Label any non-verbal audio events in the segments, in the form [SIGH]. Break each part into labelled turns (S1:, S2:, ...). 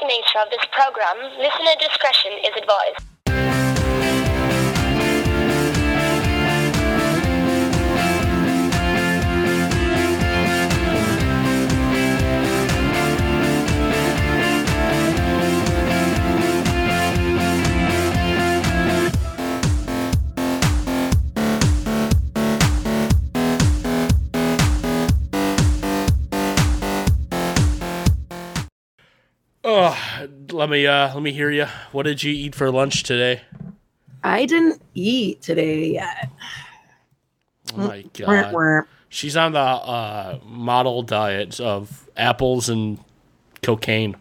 S1: the nature of this program, listener discretion is advised.
S2: Oh, let me uh, let me hear you. What did you eat for lunch today?
S3: I didn't eat today yet.
S2: Oh my
S3: Weren't
S2: god,
S3: weren't.
S2: she's on the uh, model diet of apples and cocaine,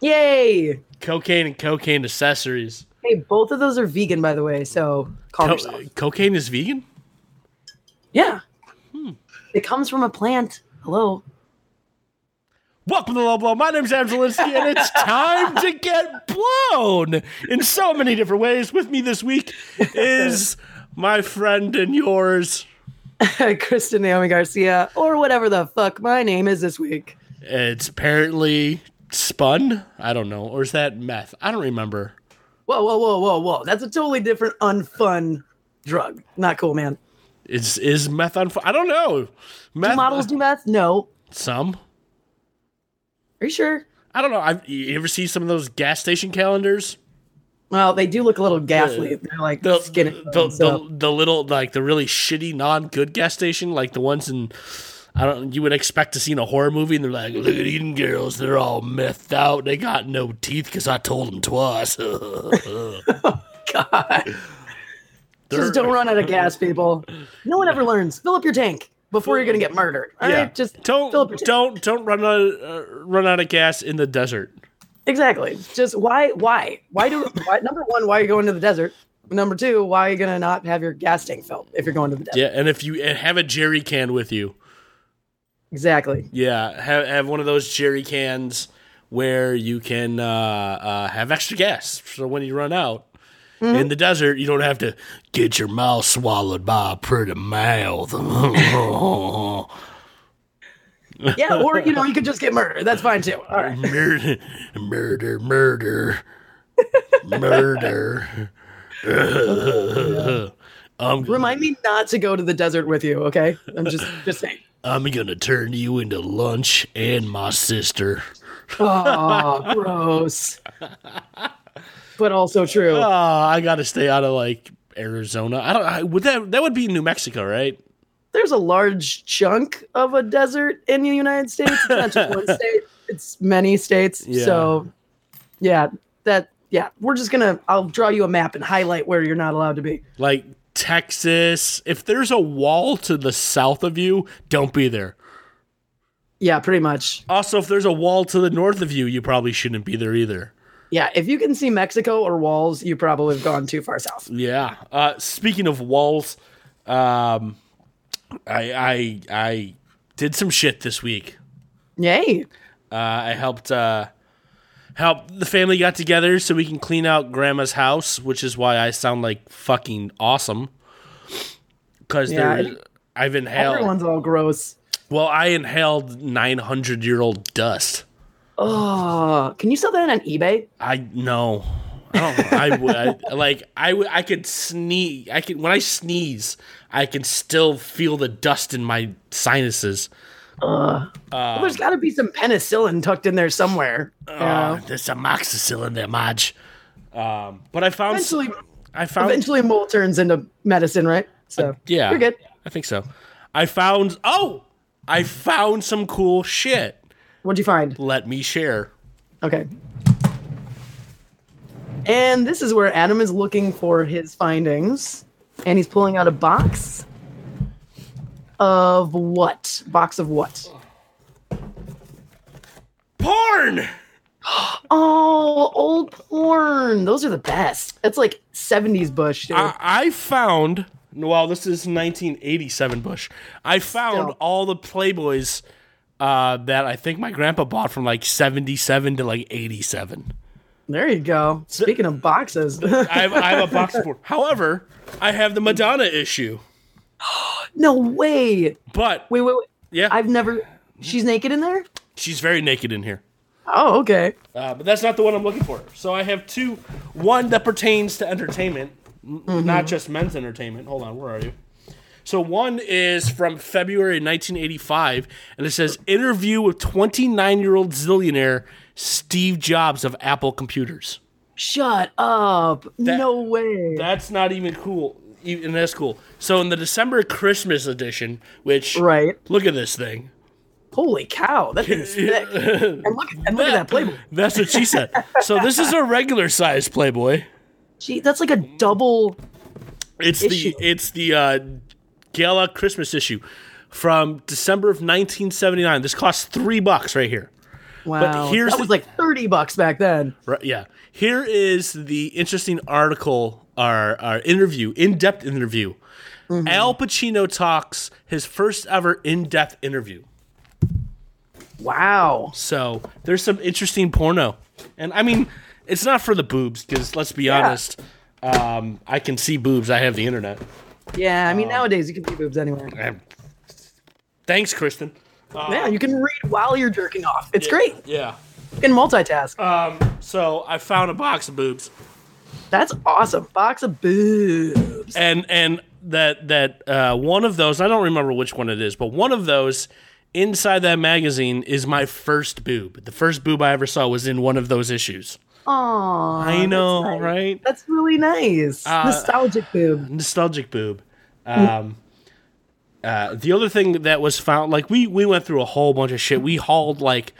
S3: Yay!
S2: cocaine and cocaine accessories.
S3: Hey, both of those are vegan, by the way. So calm
S2: Co-
S3: yourself.
S2: cocaine is vegan.
S3: Yeah.
S2: Hmm.
S3: It comes from a plant. Hello. [LAUGHS]
S2: Welcome to Low Blow. My name's Adam Zelinsky, and it's time to get blown in so many different ways. With me this week is my friend and yours.
S3: Kristen Naomi Garcia, or whatever the fuck my name is this week.
S2: It's apparently spun. I don't know, or is that meth? I don't remember.
S3: Whoa, whoa, whoa, whoa, whoa. That's a totally different, unfun drug. Not cool, man.
S2: Is is meth on? fi- I don't know. Meth uh,
S3: Do models do meth? No.
S2: some.
S3: Are you sure?
S2: I don't know. I've you ever see some of those gas station calendars?
S3: Well, they do look a little ghastly. They're like
S2: The
S3: skinny.
S2: the,
S3: bones, so-
S2: the, the little like the really shitty non good gas station, like the ones in I don't you would expect to see in a horror movie, and they're like, look at Eden girls, they're all methed out, they got no teeth because I told them twice. [LAUGHS]
S3: God. Just don't run out of gas, people. No one ever learns. Fill up your tank before you're going to get murdered. All right?
S2: Yeah.
S3: Just fill up your
S2: Don't don't
S3: tank.
S2: don't run out uh, run out of gas in the desert.
S3: Exactly. Just why? Why? Why do? Why, number one, why are you going to the desert? Number two, why are you gonna not have your gas tank filled if you're going to the desert?
S2: Yeah, and if you and have a jerry can with you,
S3: Exactly.
S2: Yeah, have have one of those jerry cans where you can uh, uh, have extra gas, so when you run out in the desert, you don't have to get your mouth swallowed by a pretty mouth. [LAUGHS]
S3: Yeah. Or you know, you could just get murdered. That's fine too. All right.
S2: murder, murder, murder, murder. [LAUGHS] I'm
S3: Remind me not to go to the desert with you. Okay. I'm just just saying.
S2: I'm gonna turn you into lunch and my sister. [LAUGHS]
S3: Oh, gross. But also true.
S2: Oh, I gotta stay out of like Arizona. I don't. I, would that that would be New Mexico, right?
S3: There's a large chunk of a desert in the United States. It's not just
S2: [LAUGHS]
S3: one state. It's many states.
S2: Yeah.
S3: So, yeah, that yeah. We're just gonna. I'll draw you a map and highlight where you're not allowed to be.
S2: like Texas. If there's a wall to the south of you, don't be there.
S3: Yeah, pretty much.
S2: Also, if there's a wall to the north of you, you probably shouldn't be there either.
S3: Yeah, if you can see Mexico or walls, you probably have gone too far south.
S2: Yeah. Uh, speaking of walls, um, I I I did some shit this week.
S3: Yay.
S2: Uh, I helped uh, help the family got together so we can clean out Grandma's house, which is why I sound like fucking awesome. Because
S3: Yeah,
S2: there, I've inhaled.
S3: Everyone's all gross.
S2: Well, I inhaled 900 year old dust.
S3: Oh, can you sell that on eBay?
S2: I no. I don't. I would I, [LAUGHS] like. I would- I could sneeze. I can when I sneeze, I can still feel the dust in my sinuses.
S3: Well, there's got to be some penicillin tucked in there somewhere.
S2: Uh,
S3: Yeah.
S2: there's amoxicillin there, Maj. Um, but I found. s-
S3: Eventually,
S2: I found.
S3: eventually, mold turns into medicine, right? So
S2: Uh, yeah,
S3: you're good.
S2: I think so. I found. Oh, I found some cool shit.
S3: What'd you find?
S2: Let me share.
S3: Okay. And this is where Adam is looking for his findings. And he's pulling out a box of what? Box of what?
S2: Porn.
S3: Oh, old porn. Those are the best. That's like 70s Bush. Dude.
S2: I, I found. Well, this is 1987 Bush. I found
S3: Still.
S2: all the Playboys uh, that I think my grandpa bought from like 77 to like 87.
S3: there you go. Speaking of boxes. [LAUGHS]
S2: I have, I have a box for. However, I have the Madonna issue.
S3: no way. Wait,
S2: But
S3: wait, wait.
S2: yeah,
S3: I've never. She's naked in there?
S2: she's very naked in here.
S3: Oh, okay.
S2: Uh, but that's not the one I'm looking for. So I have two. One that pertains to entertainment, n-
S3: Mm-hmm.
S2: not just men's entertainment. Hold on, where are you? So one is from February 1985, and it says interview with 29 year old zillionaire Steve Jobs of Apple Computers.
S3: Shut up. no way.
S2: That's not even cool. Even that's cool. So in the December Christmas edition, which
S3: right.
S2: look at this thing.
S3: Holy cow. That thing is [LAUGHS] thick. and look, and look at that Playboy.
S2: That's what she said. so this is a regular size Playboy.
S3: Gee, that's like a
S2: Mm.
S3: double.
S2: It's
S3: issue.
S2: the it's the uh, Gala Christmas issue from December of 1979. This costs three bucks right here.
S3: Wow.
S2: here's
S3: that
S2: the-
S3: was like 30 bucks back then.
S2: Right, yeah. Here is the interesting article, our our interview, in depth interview.
S3: Mm-hmm.
S2: Al Pacino talks his first ever in depth interview.
S3: Wow.
S2: So there's some interesting porno, and I mean, it's not for the boobs because let's be honest, um, I can see boobs. I have the internet.
S3: Yeah, I mean, nowadays you can see boobs anywhere.
S2: Um, Thanks, Kristen.
S3: yeah, you can read while you're jerking off. It's great.
S2: Yeah. Uh,
S3: You can multitask.
S2: So I found a box of boobs,
S3: That's awesome. Box of boobs.
S2: and and that that uh, one of those I don't remember which one it is, but one of those inside that magazine is my first boob. The first boob I ever saw was in one of those issues.
S3: Aww.
S2: I Uh, know, right?
S3: That's really nice. Nostalgic boob.
S2: nostalgic boob. Um, uh, the other thing that was found, like we we went through a whole bunch of shit. We hauled like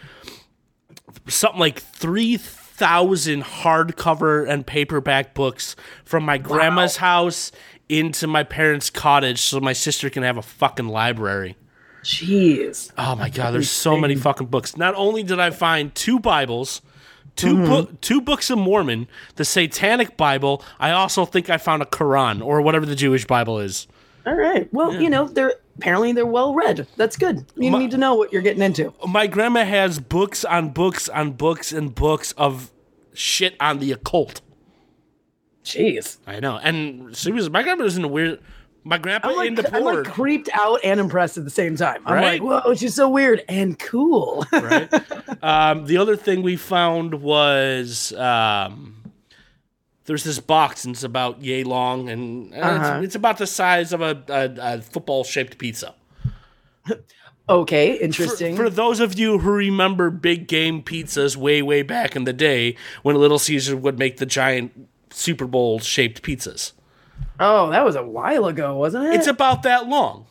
S2: something like three thousand hardcover and paperback books from my grandma's house into my parents' cottage, so my sister can have a fucking library.
S3: Jeez.
S2: Oh my god, there's so many fucking books. Not only did I find two Bibles, 2
S3: Mm-hmm.
S2: book, two books of Mormon, the Satanic Bible. I also think I found a Quran or whatever the Jewish Bible is.
S3: All right. Well, you know, they're apparently they're well read. That's good. You
S2: My- Oh.
S3: need to know what you're getting into.
S2: My grandma has books on books on books and books of shit on the occult.
S3: Jeez.
S2: I know, and she was my grandma was in a weird. My grandpa
S3: I'm like,
S2: in the
S3: I'm like
S2: board,
S3: creeped out and impressed at the same time. I'm
S2: Right?
S3: like, whoa, she's so weird and cool. [LAUGHS]
S2: right? um, the other thing we found was um, there's this box, and it's about yay long, and uh,
S3: Uh-huh.
S2: it's, it's about the size of a, a, a football shaped pizza.
S3: okay,
S2: For-
S3: interesting.
S2: For, those of you who remember big game pizzas way, way back in the day when Little Caesar would make the giant Super Bowl shaped pizzas,
S3: oh, that was a while ago, wasn't it?
S2: it's about that long,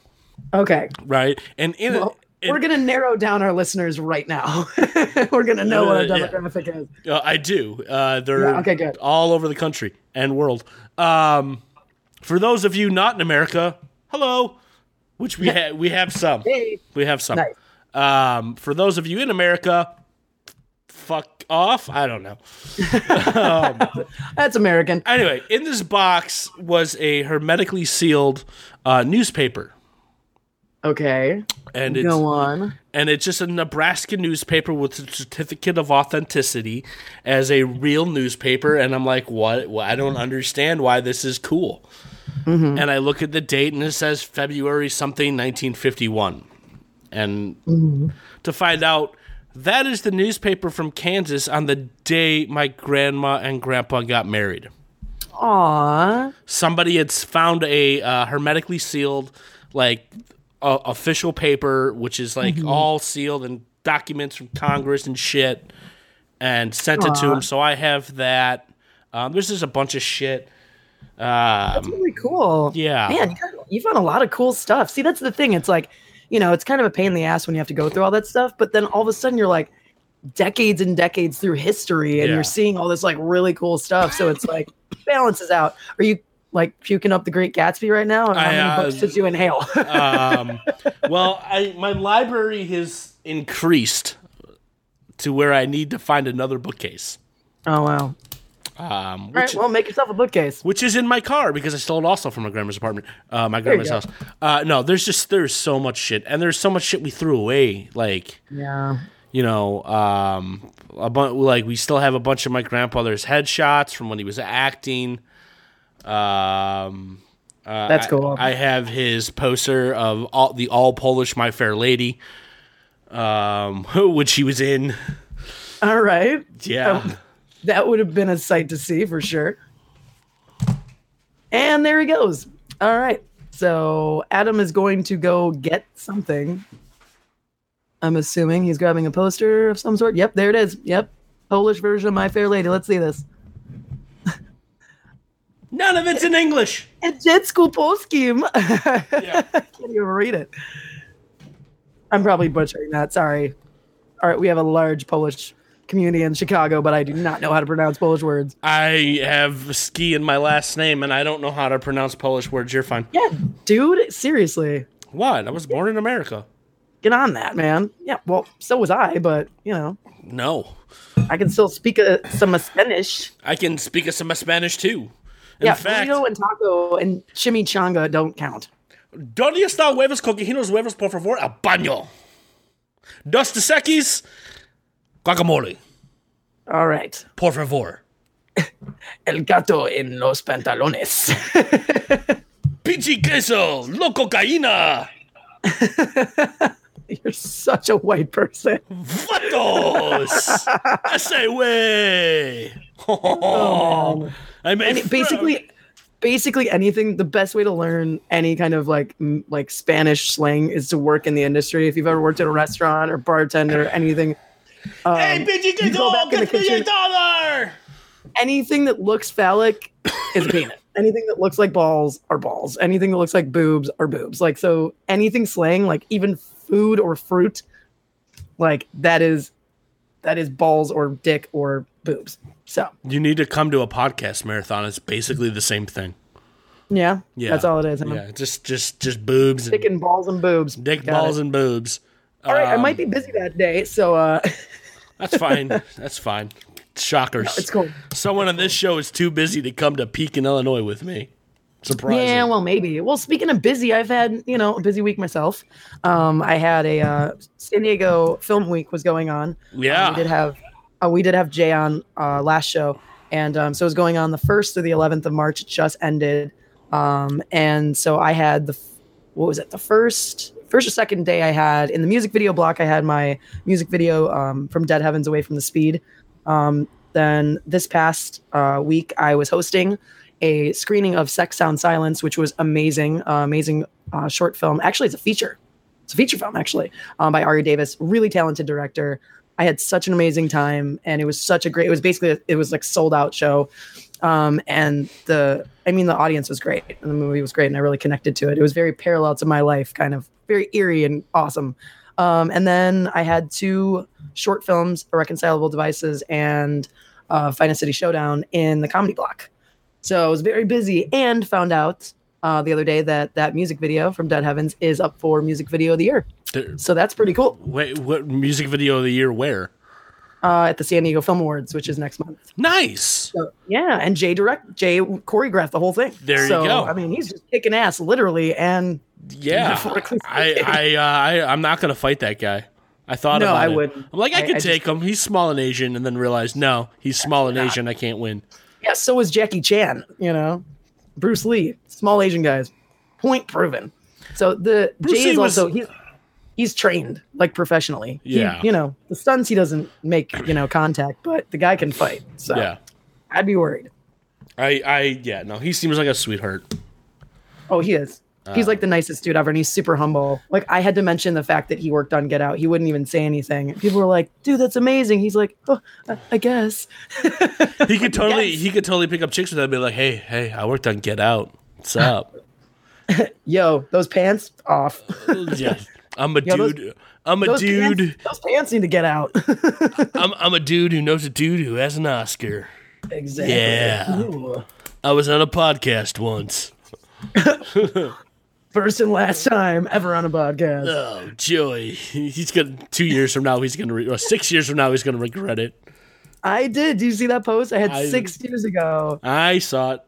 S3: okay.
S2: right? And in
S3: Well,
S2: in-
S3: we're gonna narrow down our listeners right now. [LAUGHS] we're gonna know what a
S2: Uh, yeah.
S3: demographic is.
S2: Uh, I do. Uh, they're
S3: Yeah, okay, good.
S2: all over the country and world. Um, for those of you not in America, hello, which we ha- we have some.
S3: [LAUGHS] Hey.
S2: We have some.
S3: Nice.
S2: Um, for those of you in America, fuck off. I don't know.
S3: That's American.
S2: Anyway, in this box was a hermetically sealed uh, newspaper,
S3: Okay.
S2: and it's
S3: Go on.
S2: and it's just a Nebraska newspaper with a certificate of authenticity as a real newspaper. And I'm like, what? Well, I don't understand why this is cool. And I look at the date and it says February something, 1951. And to find out, that is the newspaper from Kansas on the day my grandma and grandpa got married
S3: Aw.
S2: somebody had found a uh, hermetically sealed like uh, official paper which is like all sealed and documents from congress and shit and sent it to him so i have that um, there's just a bunch of shit um,
S3: [LAUGHS] Really cool.
S2: Yeah.
S3: Man, you, got, you found a lot of cool stuff. See, that's the thing. It's like, you know, it's kind of a pain in the ass when you have to go through all that stuff, but then all of a sudden you're like decades and decades through history and
S2: Yeah.
S3: you're seeing all this like really cool stuff. So it's like balances out. Are you like puking up the Great Gatsby right now? How
S2: I,
S3: many
S2: uh,
S3: books did you inhale? [LAUGHS]
S2: um, well I, my library has increased to where i need to find another bookcase
S3: oh wow.
S2: um, which,
S3: All right, well, make yourself a bookcase.
S2: which is in my car because I stole it also from my grandma's apartment, uh, my grandma's
S3: go.
S2: house. Uh, no, there's just there's so much shit, and there's so much shit we threw away. Like
S3: Yeah.
S2: you know, um, a bu- like we still have a bunch of my grandfather's headshots from when he was acting. Um, uh,
S3: That's
S2: I-
S3: cool.
S2: I, have his poster of all, [LAUGHS] the all Polish My Fair Lady, um, which he was in.
S3: All right.
S2: Yeah.
S3: Um, that would have been a sight to see for sure. And there he goes. All right. So Adam is going to go get something. I'm assuming he's grabbing a poster of some sort. Yep, there it is. Yep. Polish version of My Fair Lady. Let's see this.
S2: None of it's in English.
S3: A dziecku polskim. I [LAUGHS] can't even read it. I'm probably butchering that. Sorry. All right, we have a large Polish community in Chicago, but I do not know how to pronounce Polish words.
S2: I have ski in my last name, and I don't know how to pronounce Polish words. You're fine.
S3: Yeah, dude, seriously.
S2: What? I was born in America.
S3: Get on that, man. Yeah, well, so was I, but, you know,
S2: No,
S3: I can still speak a, some Spanish.
S2: I can speak a- some Spanish too. In
S3: yeah,
S2: fact,
S3: burrito and taco and chimichanga don't count.
S2: ¿Dónde están huevos coquijinos huevos por favor? Al baño. Dos tesequis, guacamole,
S3: All right.
S2: por favor.
S3: El gato en los pantalones. [LAUGHS]
S2: Pichi queso, lo cocaína,
S3: You're such a white person.
S2: [LAUGHS] vatos. I say way. Oh, I made
S3: Any- basically basically anything the best way to learn any kind of like m- like spanish slang is to work in the industry if you've ever worked at a restaurant or bartender or anything
S2: Hey, pichi
S3: you
S2: queso,
S3: go back in the
S2: get me your
S3: kitchen-
S2: dollar.
S3: anything that looks phallic is a penis [COUGHS] anything that looks like balls are balls anything that looks like boobs are boobs like so anything slang like even food or fruit like that is that is balls or dick or boobs so
S2: You need to come to a podcast marathon. It's basically the same thing.
S3: yeah,
S2: Yeah,
S3: that's all it is huh?
S2: Yeah, just just just boobs and
S3: dick and balls and boobs
S2: dick
S3: [LAUGHS] Got
S2: balls um,
S3: it.
S2: and boobs.
S3: all right i might be busy that day
S2: [LAUGHS]
S3: so uh
S2: That's
S3: [LAUGHS]
S2: fine. That's fine. Shockers.
S3: it's cool
S2: Someone on this show is too busy to come to Pekin, Illinois with me. Surprising.
S3: Yeah, well, maybe. Well, speaking of busy, I've had you know a busy week myself. Um, I had a uh, San Diego Film Week was going on.
S2: Yeah.
S3: Um, we did have uh, we did have Jay on uh, last show, and um, so it was going on the first through the eleventh of March. It just ended, um, and so I had the f- what was it the first first or second day I had in the music video block. I had my music video um, from Dead Heavens Away from the Speed. Um, then this past uh, week, I was hosting a screening of Sex Sound Silence, which was amazing, uh, amazing uh, short film. Actually, it's a feature. It's a feature film, actually, um, by Ari Davis, really talented director. I had such an amazing time, and it was such a great. It was basically it was like sold out show, um, and the I mean the audience was great, and the movie was great, and I really connected to it. It was very parallel to my life, kind of very eerie and awesome. Um, and then I had two short films, Irreconcilable Devices and uh, Finest City Showdown, in the comedy block. So I was very busy and found out uh, the other day that that music video from Dead Heavens is up for Music Video of the Year.
S2: There-
S3: So that's pretty cool
S2: Wait, what music video of the year? Where?
S3: uh, at the San Diego Film Awards, which is next month.
S2: Nice.
S3: So, yeah, and Jay direct Jay choreographed the whole thing.
S2: There you
S3: So,
S2: go.
S3: I mean, he's just kicking ass literally, and [LAUGHS]
S2: Yeah.
S3: Metaphorically
S2: I
S3: speaking.
S2: I, uh, I I'm not gonna fight that guy. I thought
S3: No,
S2: about
S3: I
S2: it.
S3: wouldn't.
S2: I'm like I,
S3: I-
S2: could
S3: I
S2: take him. He's small and Asian, and then realized no, he's small and Asian. I can't win.
S3: yeah, so is Jackie Chan. You know, Bruce Lee, small Asian guys. Point proven. So the
S2: Bruce
S3: Jay
S2: Lee
S3: is
S2: was-
S3: also he's he's trained like professionally. He-
S2: Yeah.
S3: you know the stunts he doesn't make you know contact, but the guy can fight. So
S2: Yeah.
S3: I'd be worried.
S2: I I yeah no. He seems like a sweetheart.
S3: Oh, he is. He's
S2: Ah.
S3: like the nicest dude ever, and he's super humble. Like I had to mention the fact that he worked on Get Out. He wouldn't even say anything. People were like, "Dude, that's amazing." He's like, "Oh, I- I guess."
S2: He [LAUGHS] could totally
S3: Yes.
S2: he could totally pick up chicks with that. and Be like, hey hey, I worked on Get Out. What's up?
S3: Yo, those pants off.
S2: [LAUGHS] yeah. I'm a
S3: Yo, those-
S2: dude. I'm a
S3: Those
S2: dude.
S3: pants, those pants need to get out.
S2: [LAUGHS]
S3: [LAUGHS]
S2: I'm, I'm a dude who knows a dude who has an Oscar.
S3: exactly.
S2: Yeah.
S3: Ooh.
S2: I was on a podcast once.
S3: First and last time ever on a podcast.
S2: Oh, joy. [LAUGHS] He's gonna two years from now. He's gonna re- or six years from now. He's gonna regret it.
S3: I did. Do you see that post I had
S2: I-
S3: six years ago?
S2: I saw it.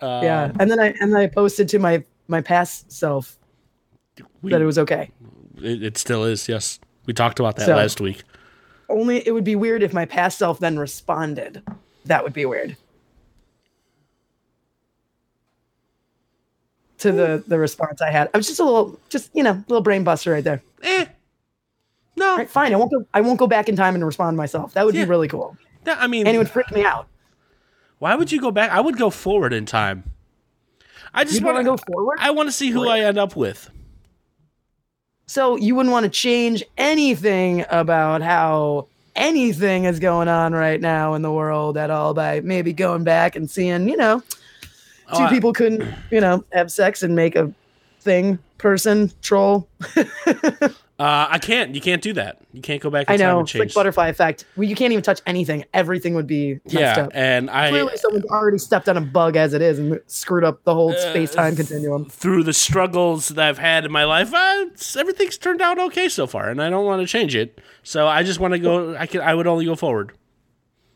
S2: Uh,
S3: yeah, and then I and then I posted to my my past self
S2: we-
S3: that it was okay.
S2: It, it still is. Yes, we talked about that
S3: So-
S2: last week.
S3: Only it would be weird if my past self then responded. That would be weird. To the the response I had, I was just a little, just you know, little brain buster right there.
S2: Eh. No, No.
S3: All right, fine. I won't go. I won't go back in time and respond myself. That would
S2: Yeah.
S3: be really cool,
S2: No, I mean,
S3: and it would freak me out.
S2: why would you go back? I would go forward in time. I just
S3: You'd
S2: want to
S3: go forward.
S2: I want to see who I end up with.
S3: So you wouldn't want to change anything about how anything is going on right now in the world at all by maybe going back and seeing, you know, two
S2: Oh, I-
S3: people couldn't, you know, have sex and make a thing, person, troll.
S2: Uh, I can't. You can't do that. You can't go back. In
S3: I
S2: time
S3: know,
S2: and
S3: it's like
S2: change.
S3: butterfly effect. Well, you can't even touch anything. Everything would be messed
S2: Yeah,
S3: up.
S2: and I
S3: Clearly, someone's already stepped on a bug as it is and screwed up the whole
S2: Uh,
S3: space time continuum.
S2: through the struggles that I've had in my life, uh, it's- everything's turned out okay so far, and I don't want to change it. So I just want to go. I can. I would only go forward.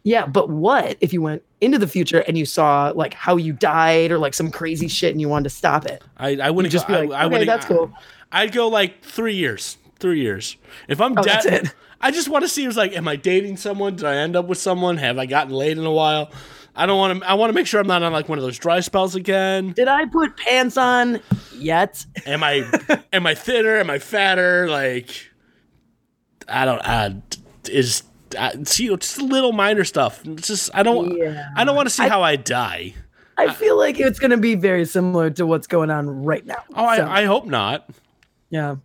S3: Yeah, but what if you went into the future and you saw like how you died or like some crazy shit and you wanted to stop it?
S2: I, I wouldn't
S3: You'd just
S2: go,
S3: be like,
S2: I, I
S3: okay,
S2: wouldn't-
S3: that's cool.
S2: I, would go like three years. Three years. If I'm dead,
S3: Oh, that's it.
S2: I just want to see. It's like, am I dating someone? Did I end up with someone? Have I gotten laid in a while? I don't want to. I want to make sure I'm not on like one of those dry spells again.
S3: [LAUGHS] Did I put pants on yet?
S2: Am I am I thinner? Am I fatter? Like I don't I is I, it's, you know just little minor stuff. It's just I don't
S3: Yeah.
S2: I don't want to see how I die. Uh,
S3: I feel like it's going to be very similar to what's going on right now.
S2: Oh,
S3: So,
S2: I, I hope not,
S3: yeah,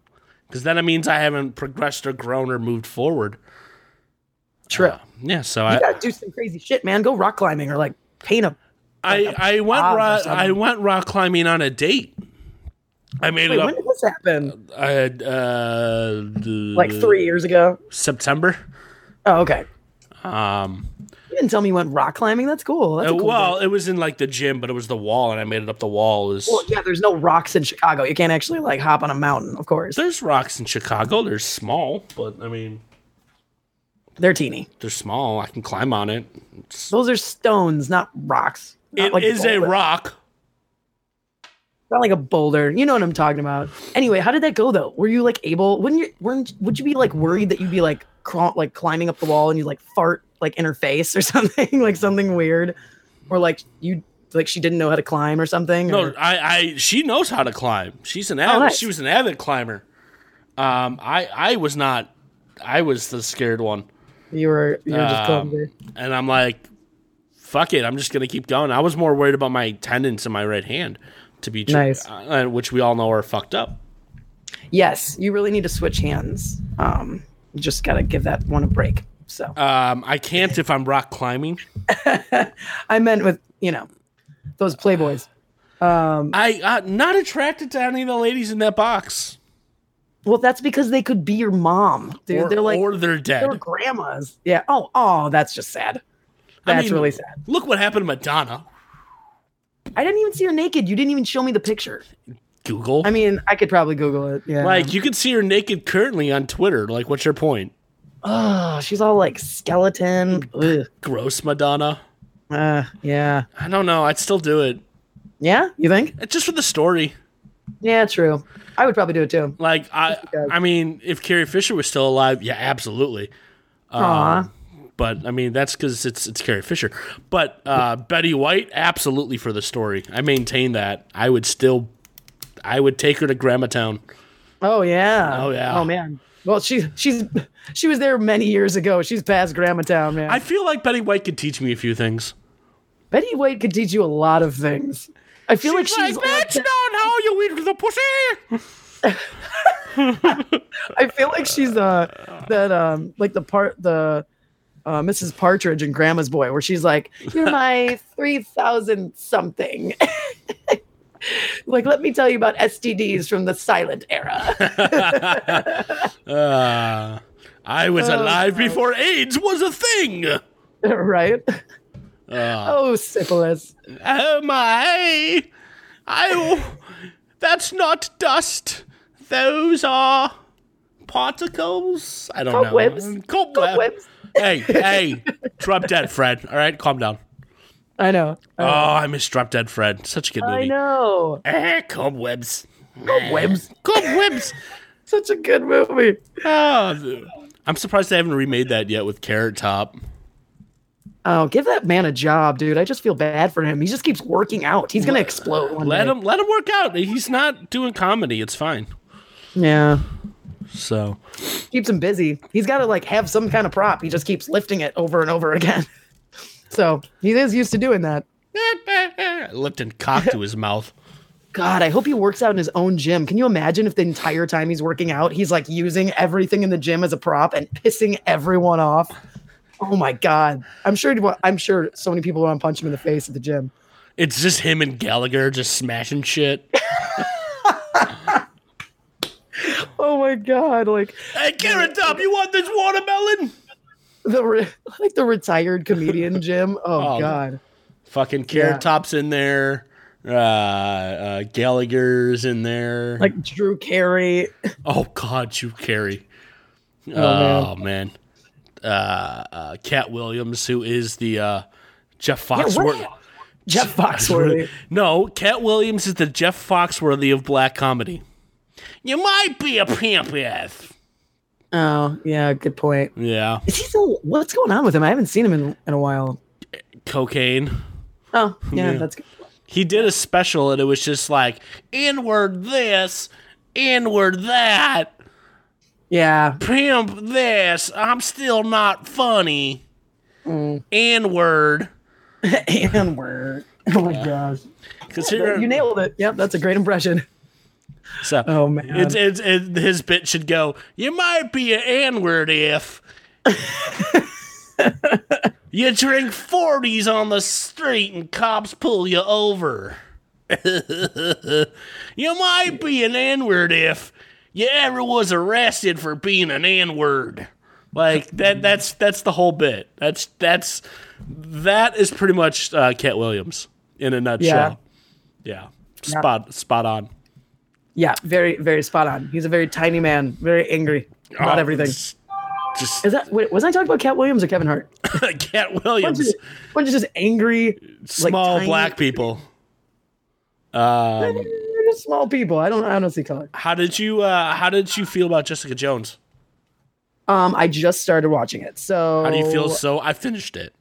S2: because then it means I haven't progressed or grown or moved forward. Uh,
S3: true.
S2: Yeah, so
S3: you
S2: I
S3: gotta do some crazy shit, man. Go rock climbing or like paint a.
S2: I, I went
S3: job or
S2: rock,
S3: something.
S2: I went rock climbing on a date. I made
S3: Wait,
S2: it
S3: when
S2: up.
S3: did this happen?
S2: I had uh,
S3: Like three years ago.
S2: September.
S3: Oh, okay.
S2: Um,
S3: You didn't tell me you went rock climbing. That's cool. That's a
S2: Uh,
S3: cool
S2: well,
S3: thing.
S2: it was in like the gym, but it was the wall, and I made it up the wall. Is
S3: Well, yeah. There's no rocks in Chicago. You can't actually like hop on a mountain. Of course,
S2: there's rocks in Chicago. They're small, but I mean
S3: they're teeny.
S2: they're small. I can climb on it. It's,
S3: Those are stones, not rocks. Not
S2: it
S3: like
S2: is a
S3: boulder.
S2: rock.
S3: Not like a boulder. You know what I'm talking about. Anyway, how did that go though? Were you like able? Wouldn't you? Weren't? Would you be like worried that you'd be like crawl, like climbing up the wall and you like fart like in her face or [LAUGHS] something like something weird, or like you like she didn't know how to climb or something?
S2: No,
S3: or-
S2: Oh, I, I she knows how to climb. She's an avid.
S3: nice.
S2: She was an avid climber. Um, I I was not. I was the scared one,
S3: you were you were just
S2: Um,
S3: clumsy.
S2: and I'm like, fuck it. I'm just gonna keep going. I was more worried about my tendons in my right hand, to be tr-
S3: Nice.
S2: uh, which we all know are fucked up.
S3: Yes, you really need to switch hands. Um, you just gotta give that one a break. So
S2: Um, I can't if I'm rock climbing.
S3: I meant with you know those playboys.
S2: I uh, not attracted to any of the ladies in that box,
S3: Well, that's because they could be your mom. Dude,
S2: or
S3: they're like
S2: or they're dead.
S3: They were grandmas. Yeah. Oh, oh, that's just sad.
S2: I
S3: That's
S2: mean,
S3: really sad.
S2: Look what happened to Madonna.
S3: I didn't even see her naked. You didn't even show me the picture.
S2: Google.
S3: I mean, um, I could probably Google it. Yeah.
S2: like you can see her naked currently on Twitter. Like, what's your point?
S3: oh, she's all like skeleton. Ugh.
S2: Gross, Madonna.
S3: Uh, yeah.
S2: I don't know. I'd still do it.
S3: Yeah. You think?
S2: It's just for the story.
S3: Yeah, true. I would probably do it too.
S2: Like, I
S3: because.
S2: I mean, if Carrie Fisher was still alive, yeah, absolutely. Um,
S3: Aw.
S2: But I mean, that's because it's it's Carrie Fisher. But uh, Betty White, absolutely for the story. I maintain that. I would still, I would take her to Grandma Town.
S3: oh yeah.
S2: Oh, yeah.
S3: Oh man. Well, she she's she was there many years ago. She's past Grandma Town, man.
S2: I feel like Betty White could teach me a few things.
S3: Betty White could teach you a lot of things. I feel like she's
S2: not how you eat the pussy.
S3: [LAUGHS] I feel like she's uh that um like the part the uh, Mrs. Partridge and Grandma's Boy, where she's like, "You're my three thousand something." [LAUGHS] like, let me tell you about STDs from the silent era. [LAUGHS]
S2: Uh, I was
S3: Oh,
S2: alive before AIDS was a thing.
S3: right? oh, syphilis.
S2: Oh my! I. That's not dust. Those are particles. I don't
S3: Cobwebs.
S2: know. Cobwebs.
S3: Cobwebs.
S2: Hey, hey! Drop Dead Fred. All right, calm
S3: [LAUGHS]
S2: down.
S3: I know.
S2: Oh, I miss Drop Dead Fred. Such a good movie.
S3: I know.
S2: Eh, cobwebs.
S3: Cobwebs.
S2: Cobwebs.
S3: Such a good movie.
S2: Oh, th- I'm surprised they haven't remade that yet with Carrot Top.
S3: Oh, give that man a job, dude. I just feel bad for him. He just keeps working out. He's gonna explode one
S2: Let
S3: day.
S2: him let him work out. He's not doing comedy. It's fine.
S3: Yeah. [LAUGHS]
S2: So
S3: keeps him busy. He's got to like have some kind of prop. He just keeps lifting it over and over [LAUGHS] again. So he is used to doing that.
S2: Lipton cock to his mouth.
S3: God, I hope he works out in his own gym. Can you imagine if the entire time he's working out, he's like using everything in the gym as a prop and pissing everyone off? Oh my God. I'm sure he'd wa- I'm sure so many people want to punch him in the face at the gym.
S2: It's just him and Gallagher just smashing shit.
S3: Oh my God. Like
S2: [LAUGHS] hey, Carrot Top, you want this watermelon?
S3: the re- like the
S2: [LAUGHS]
S3: retired comedian gym. Oh,
S2: Oh.
S3: God.
S2: Fucking Carrot
S3: Yeah.
S2: Top's in there. Uh, uh, Gallagher's in there.
S3: Like Drew Carey. [LAUGHS]
S2: oh God, you carry. Oh, man. Uh, uh, Cat Williams, who is the uh, Jeff
S3: what-
S2: Foxworthy.
S3: Jeff
S2: [LAUGHS]
S3: Foxworthy.
S2: No, Cat Williams is the Jeff Foxworthy of black comedy. You might be a pimp, yes.
S3: Oh, yeah, good point.
S2: Yeah,
S3: Is he still what's going on with him? I haven't seen him in, in a while.
S2: cocaine.
S3: Oh, yeah,
S2: Yeah.
S3: that's good.
S2: He did a special, and it was just like inward this, inward that,
S3: Yeah.
S2: pimp this. I'm still not funny. Inward.
S3: and we're [LAUGHS] oh my gosh.
S2: Considering
S3: You nailed it. Yep, that's a great impression.
S2: so,
S3: Oh man.
S2: It's, it's, it, his bit should go, you might be an N-word if you drink 40s on the street and cops pull you over. [LAUGHS] you might be an N-word if you ever was arrested for being an N-word. Like that that's that's the whole bit. That's that's that is pretty much uh Cat Williams in a nutshell. Yeah. Spot spot on.
S3: yeah, very, very spot on. He's a very tiny man, very angry about
S2: Oh,
S3: everything.
S2: it's Just
S3: Is that wait, was I talking about Cat Williams or Kevin Hart?
S2: [LAUGHS] Cat
S3: Bunch of,
S2: Williams,
S3: bunch of just angry,
S2: small
S3: tiny-
S2: black people. Um,
S3: they're just small people. I don't I don't see color.
S2: how did you uh, How did you feel about Jessica Jones?
S3: Um, I just started watching it. So
S2: How do you
S3: Oh,
S2: feel? So I finished it.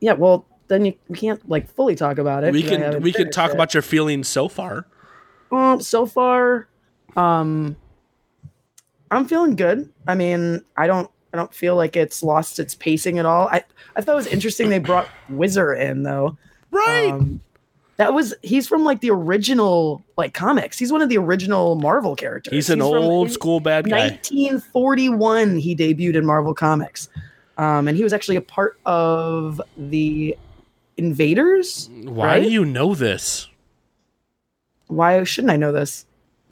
S3: Yeah, well then you we can't like fully talk about it.
S2: We
S3: 'cause I
S2: can
S3: haven't
S2: we can
S3: finished
S2: talk
S3: it.
S2: about your feelings so far.
S3: Um, so far, um, I'm feeling good. I mean, I don't, I don't feel like it's lost its pacing at all. I, I thought it was interesting they brought Whizzer in though.
S2: Right.
S3: Um, that was he's from like the original like comics. He's one of the original Marvel characters.
S2: He's an
S3: from
S2: old school bad guy.
S3: 1941. He debuted in Marvel Comics, um, and he was actually a part of the Invaders.
S2: Why do
S3: right?
S2: you know this?
S3: Why shouldn't I know this?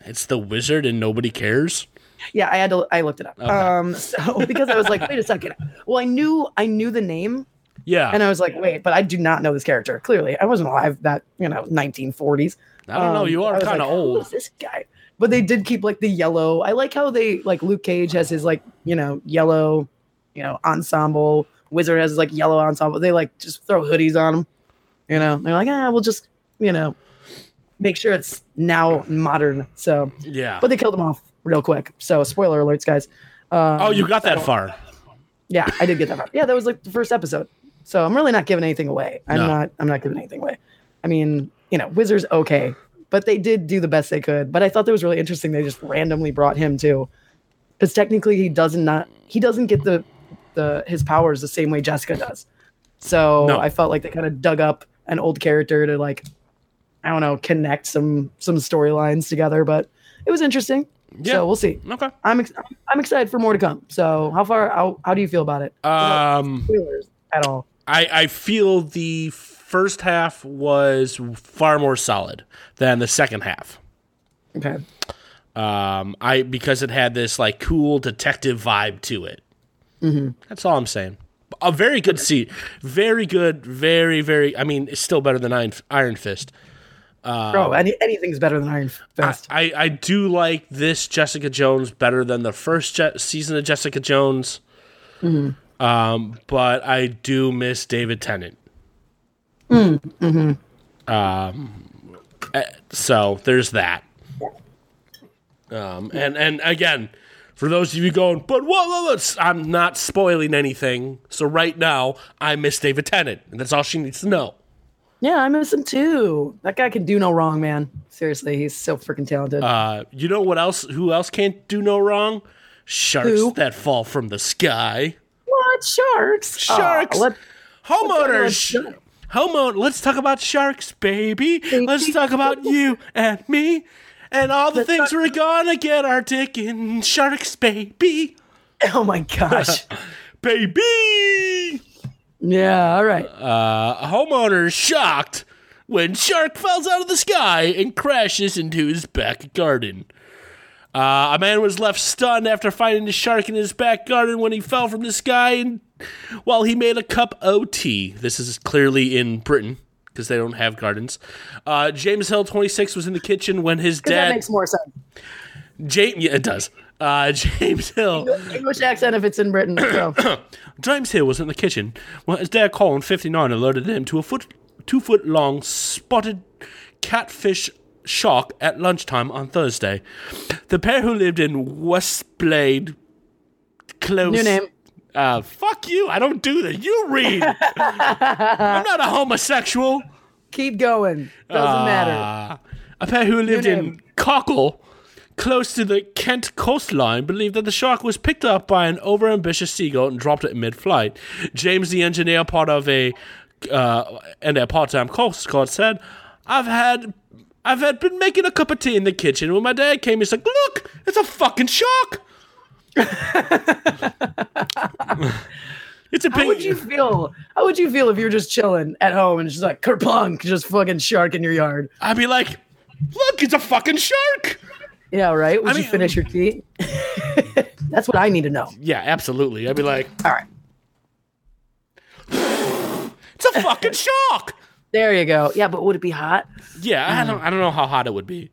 S2: It's the wizard and nobody cares.
S3: Yeah, I had to. I looked it up.
S2: Okay.
S3: Um, so [LAUGHS] because I was like, wait a second. Well, I knew I knew the name,
S2: Yeah,
S3: and I was like, wait, but I do not know this character. Clearly, I wasn't alive that you know 1940s.
S2: I don't know.
S3: Um,
S2: You
S3: I
S2: are
S3: was
S2: kind of
S3: like,
S2: old.
S3: [LAUGHS] Who's this guy? But they did keep like the yellow. I like how they like Luke Cage has his like you know yellow, you know ensemble. Wizard has his like yellow ensemble. They like just throw hoodies on him. You know, they're like, ah, we'll just you know make sure it's now modern. So
S2: Yeah.
S3: but they killed him off real quick. So spoiler alerts, guys. Um,
S2: Oh, you got that far.
S3: yeah, I did get that. Far. Yeah, that was like the first episode. So I'm really not giving anything away. I'm
S2: No.
S3: not. I'm not giving anything away. I mean, you know, Wizards okay, but they did do the best they could. But I thought that was really interesting. They just randomly brought him too, because technically he doesn't not he doesn't get the the his powers the same way Jessica does. So
S2: No.
S3: I felt like they kind of dug up an old character to like I don't know connect some some storylines together. But it was interesting.
S2: Yeah.
S3: So we'll see.
S2: Okay.
S3: I'm ex- I'm excited for more to come. So how far how, how do you feel about it?
S2: Um.
S3: Spoilers at all?
S2: I, I feel the first half was far more solid than the second half.
S3: Okay.
S2: Um, I because it had this like cool detective vibe to it. Mm-hmm. That's all I'm saying. A very good seat, very good, very very. I mean, it's still better than Iron, Iron Fist.
S3: Bro, any, anything's better than Iron Fist.
S2: Um, I, I do like this Jessica Jones better than the first Je- season of Jessica Jones. Um, but I do miss David Tennant. Um, eh, so there's that. Um, and and again, for those of you going, but whoa, whoa, whoa, s- I'm not spoiling anything. So right now, I miss David Tennant, and that's all she needs to know.
S3: Yeah, I miss him too. That guy can do no wrong, man. Seriously, he's so freaking talented.
S2: Uh, you know what else? Who else can't do no wrong? Sharks
S3: Who?
S2: that fall from the sky.
S3: what sharks? Ah, Aw,
S2: Sharks.
S3: let-
S2: Homeowners.
S3: Let's-
S2: Homeowner. Let's talk about sharks, baby. Let's talk about you and me and all the things we're gonna get our dick in sharks, baby,
S3: [LAUGHS] oh my
S2: [LAUGHS]
S3: gosh.
S2: baby.
S3: yeah. All right.
S2: Uh, homeowner shocked when shark falls out of the sky and crashes into his back garden. Uh, a man was left stunned after finding the shark in his back garden when he fell from the sky and while he made a cup of tea. This is clearly in Britain because they don't have gardens. Uh, James Hill, 26, was in the kitchen when his
S3: that
S2: dad.
S3: makes more sense.
S2: James, yeah, it does. Uh, [LAUGHS] James Hill.
S3: English accent if it's in Britain.
S2: [COUGHS]
S3: So.
S2: James Hill was in the kitchen when his dad Colin, 59, alerted him to a foot, two foot long spotted catfish shark at lunchtime on Thursday. The pair who lived in Westblade, close.
S3: New name.
S2: Uh, fuck you. I don't do that. You
S3: [LAUGHS]
S2: read. I'm not a homosexual.
S3: Keep going. Doesn't matter.
S2: Ah. a pair who lived in
S3: name.
S2: Cockle, close to the Kent coastline, believed that the shark was picked up by an overambitious seagull and dropped it in mid-flight. James, the engineer, part of a uh, and a part-time coast guard, said, "I've had." I've had been making a cup of tea in the kitchen. When my dad came, he's like, "Look, it's a fucking
S3: [LAUGHS]
S2: shark! it's a big."
S3: How would you feel? How would you feel if you're just chilling at home and it's just like kerplunk, just fucking shark in your yard?
S2: I'd be like, "Look, it's a fucking shark!"
S3: Yeah, right. Would
S2: I mean-
S3: you finish
S2: [LAUGHS]
S3: your tea? That's what I need to know.
S2: Yeah, absolutely. I'd be like,
S3: All right.
S2: [SIGHS] It's a fucking shark.
S3: There you go. Yeah, but would it be hot?
S2: Yeah, I don't, I don't know how hot it would be.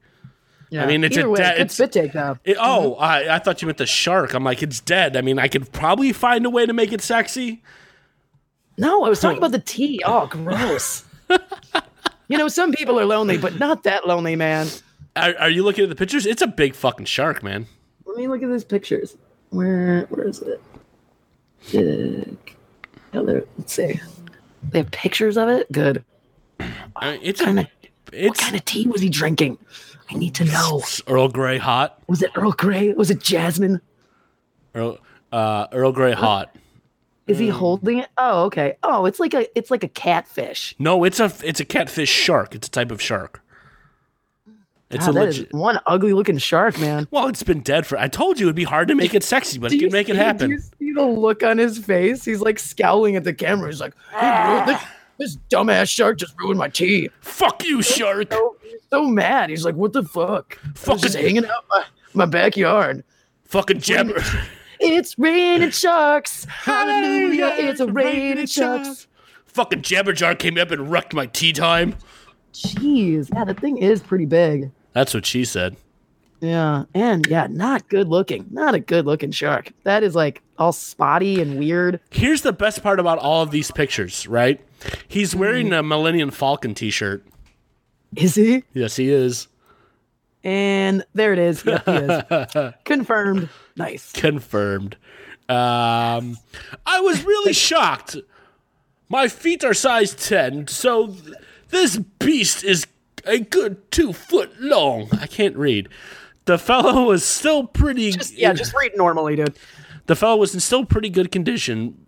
S3: Yeah.
S2: mean, it's a
S3: Either way,
S2: de-
S3: good
S2: it's-
S3: spit take though.
S2: It- oh, I, I thought you meant the shark. I'm like, it's dead. I mean, I could probably find a way to make it sexy.
S3: No, I was talking about the tea. Oh, gross.
S2: [LAUGHS]
S3: you know, some people are lonely, but not that lonely, man.
S2: Are, are you looking at the pictures? It's a big fucking shark, man.
S3: Let me look at these pictures. Where where is it? Dick. Yeah, there- let's see. They have pictures of it? Good.
S2: I mean, it's
S3: Kinda, what
S2: it's
S3: kind of tea was he drinking? I need to know.
S2: it's [LAUGHS] Earl Grey hot.
S3: Was it Earl Grey? Was it Jasmine?
S2: Earl uh, Earl Grey hot.
S3: Is
S2: Mm.
S3: he holding it? Oh, okay. Oh, it's like a it's like a catfish.
S2: No, it's a it's a catfish shark. It's a type of shark. It's
S3: Wow,
S2: a
S3: Ah, that is
S2: legit.
S3: one ugly looking shark, man.
S2: Well, it's been dead for. I told you it'd be hard to make it sexy, but it
S3: you
S2: can make it
S3: see- Do you
S2: happen.
S3: see the look on his face? He's like scowling at the camera. He's like, "Hey, dude, this, this dumbass shark just ruined my tea.
S2: Fuck you, shark.
S3: So, he's so mad. He's like, what the fuck? I was just
S2: Fucking-
S3: hanging out my, my backyard.
S2: Fucking jabber. [SIGHS]
S3: It's raining sharks. Hallelujah. It's a raining sharks.
S2: Fucking Jabberjar came up and wrecked my tea time.
S3: Jeez. Yeah, the thing is pretty big.
S2: That's what she said.
S3: Yeah. And yeah, not good looking. Not a good looking shark. That is like all spotty and weird.
S2: Here's the best part about all of these pictures, right? He's
S3: Hmm.
S2: wearing a Millennium Falcon t shirt.
S3: Is he?
S2: Yes, he is.
S3: And there it is. Yep, he is.
S2: [LAUGHS]
S3: Confirmed. Nice.
S2: Confirmed. Um, I was
S3: [LAUGHS]
S2: really shocked. My feet are size 10, so th- this beast is a good two foot long. I can't read. The fellow was still pretty.
S3: Yeah, just read normally, dude.
S2: The fellow was in still pretty good condition,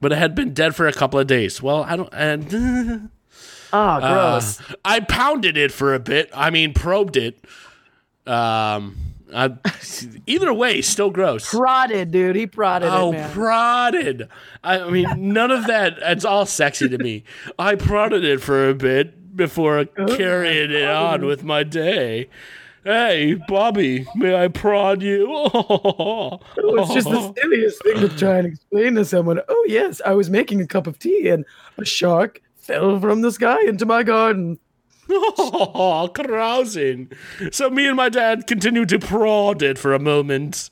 S2: but it had been dead for a couple of days. Well, I don't. And,
S3: [LAUGHS]
S2: Uh.
S3: Oh, gross.
S2: I pounded it for a bit. I mean, probed it. Um, I, either way, still gross.
S3: prodded, dude. He prodded it,
S2: Oh,
S3: man.
S2: prodded. I, I mean, none of that. It's all sexy to me. I prodded it for a bit
S3: Oh
S2: before carrying it on with my day. Hey, Bobby, may I prod you? [LAUGHS]
S3: Oh, It's just the silliest thing to try and explain to someone. Oh yes, I was making a cup of tea and a shark fell from the sky into my garden.
S2: Oh, [LAUGHS] carousing. So me and my dad continued to prod it for a moment.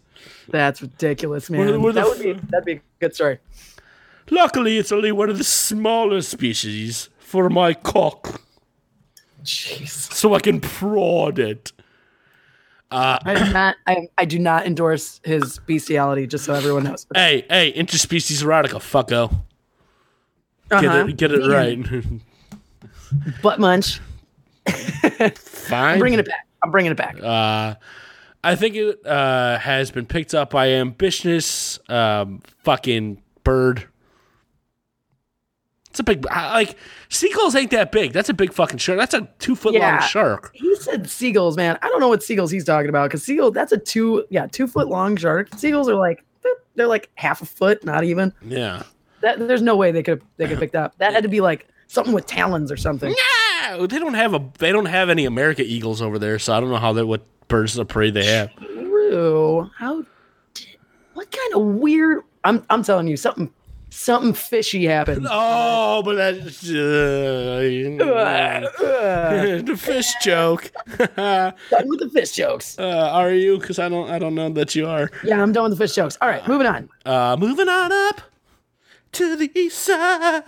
S3: That's ridiculous, man.
S2: We're the- we're the
S3: that would be
S2: f-
S3: that'd be a good story.
S2: Luckily, it's only one of the smaller species for my cock,
S3: Jeez,
S2: so I can prod it.
S3: I do not. I, I do not endorse his bestiality. Just so everyone knows.
S2: Hey, hey, interspecies erotica, fucko. Get
S3: Uh-huh.
S2: it, get it right.
S3: Butt munch.
S2: [LAUGHS] Fine.
S3: I'm bringing it back. I'm bringing it back.
S2: Uh, I think it uh, has been picked up by ambitious um, fucking bird. It's a big I- like seagulls ain't that big. That's a big fucking shark. That's a two foot
S3: Yeah.
S2: long shark.
S3: He said seagulls, man. I don't know what seagulls he's talking about because seagull that's a two yeah two foot long shark. Seagulls are like boop, they're like half a foot, not even.
S2: Yeah.
S3: That there's no way they could they could pick that up. That had to be like something with talons or something.
S2: Yeah, they don't have a they don't have any America eagles over there, so I don't know how that what birds of prey they have.
S3: True. How? d- What kind of weird? I'm I'm telling you something something fishy
S2: [LAUGHS]
S3: happened.
S2: Oh, but that's uh, [LAUGHS]
S3: [LAUGHS] Ugh.
S2: the fish joke. uh,
S3: Done with the fish jokes.
S2: are you? Because I don't I don't know that you are.
S3: Yeah, I'm done with the fish jokes. All right, moving on.
S2: Uh, moving on up to the east side.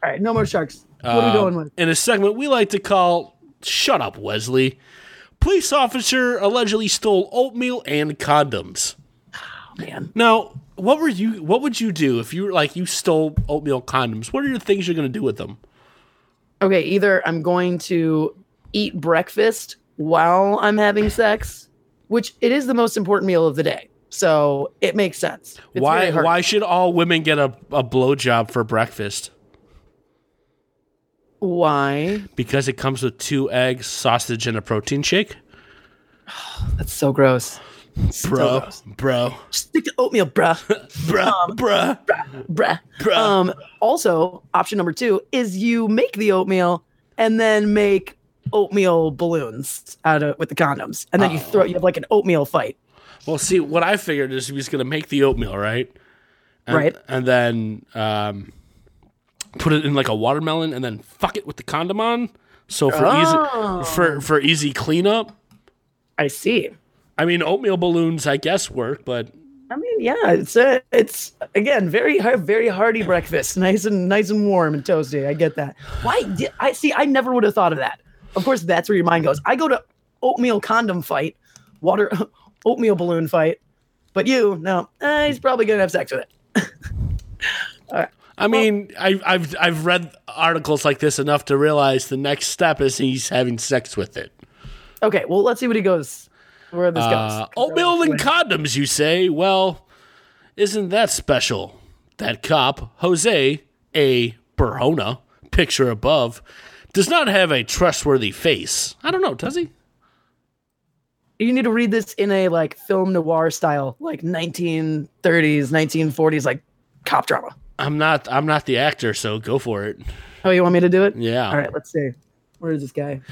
S3: All right, no more sharks. What
S2: Um,
S3: are we going with?
S2: In a segment we like to call "Shut Up, Wesley." Police officer allegedly stole oatmeal and condoms.
S3: Man,
S2: Now, what were you? What would you do if you were like you stole oatmeal condoms? What are your things you're gonna do with them?
S3: Okay, either I'm going to eat breakfast while I'm having sex, which it is the most important meal of the day. So it makes sense. It's
S2: why?
S3: very hard.
S2: Why should all women get a a blowjob for breakfast?
S3: Why?
S2: Because it comes with two eggs, sausage, and a protein shake.
S3: That's so gross. So
S2: Bro,
S3: gross.
S2: bro,
S3: Stick to
S2: [LAUGHS]
S3: oatmeal, bruh.
S2: bro, bro.
S3: bruh. Um, also, option number two is you make the oatmeal and then make oatmeal balloons out of with the condoms. And then you
S2: Oh.
S3: throw you have like an oatmeal fight.
S2: Well, see, what I figured is he was going to make the oatmeal, right? And,
S3: Right.
S2: And then um, put it in like a watermelon and then fuck it with the condom on. So for
S3: Oh.
S2: easy for for easy cleanup.
S3: I see.
S2: I mean, oatmeal balloons, I guess, work, but
S3: I mean, yeah, it's a, it's again very har- very hearty breakfast, [LAUGHS] nice and nice and warm and toasty. I get that. Why did I see? I never would have thought of that. Of course, that's where your mind goes. I go to oatmeal condom fight, water [LAUGHS] oatmeal balloon fight, but you no, eh, he's probably gonna have sex with it.
S2: I mean, I, I've I've read articles like this enough to realize the next step is he's having sex with it.
S3: Okay, well let's see what he goes. Where this
S2: Uh,
S3: goes.
S2: oatmeal and condoms, you say? Well, isn't that special? That cop, Jose A. Berhona, picture above, does not have a trustworthy face. I don't know, does he?
S3: You need to read this in a like film noir style, like 1930s, 1940s, like cop drama.
S2: I'm not. I'm not the actor, so go for it.
S3: Oh, you want me to do it?
S2: Yeah.
S3: All right, let's see. Where is this guy?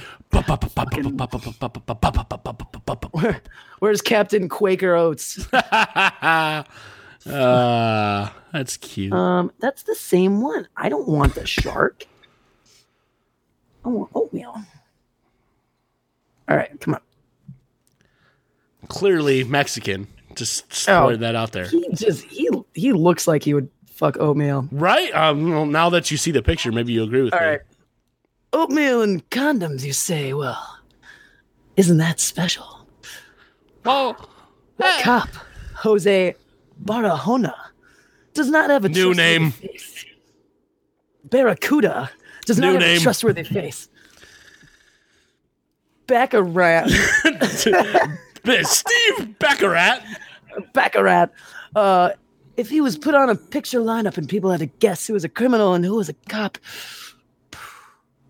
S3: [LAUGHS] Where's Captain Quaker Oats?
S2: [LAUGHS] uh, that's cute.
S3: Um, that's the same one. I don't want the shark. I want oatmeal. All right, come on.
S2: Clearly Mexican. Just throwing
S3: Oh.
S2: that out there,
S3: He just he he looks like he would fuck oatmeal.
S2: right? Um, well, now that you see the picture, maybe you agree with
S3: All
S2: me.
S3: right. Oatmeal and condoms, you say? Well, isn't that special?
S2: Well,
S3: That cop, Jose Barahona, does not have a
S2: New
S3: trustworthy
S2: name.
S3: Face. Barracuda does not
S2: New
S3: have a
S2: name.
S3: trustworthy face. Baccarat, [LAUGHS]
S2: Steve Baccarat.
S3: Baccarat. Uh, if he was put on a picture lineup and people had to guess who was a criminal and who was a cop,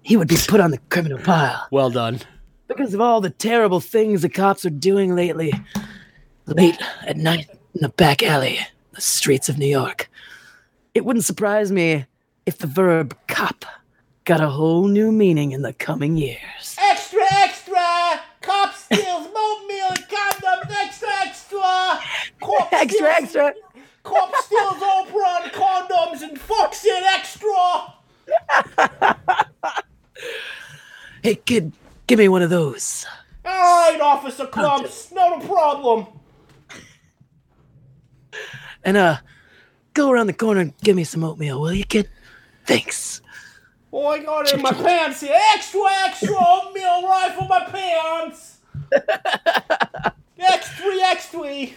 S3: he would be put on the criminal pile.
S2: Well done.
S3: because of all the terrible things the cops are doing lately. Late at night in the back alley, the streets of New York. It wouldn't surprise me if the verb cop got a whole new meaning in the coming years.
S4: Extra, extra! Cop steals oatmeal and condoms. Extra, extra! Cop
S3: [LAUGHS] Extra,
S4: steals,
S3: extra.
S4: Cop steals Oprah and condoms and fucks it extra.
S3: Hey, kid, give me one of those.
S4: All right, Officer Clumps, not a problem.
S3: And, uh, go around the corner and give me some oatmeal, will you, kid? Thanks.
S4: Oh, I got it
S3: [LAUGHS]
S4: in my pants here. Extra, extra! Oatmeal right for my
S3: [LAUGHS]
S4: pants. Extra, extra!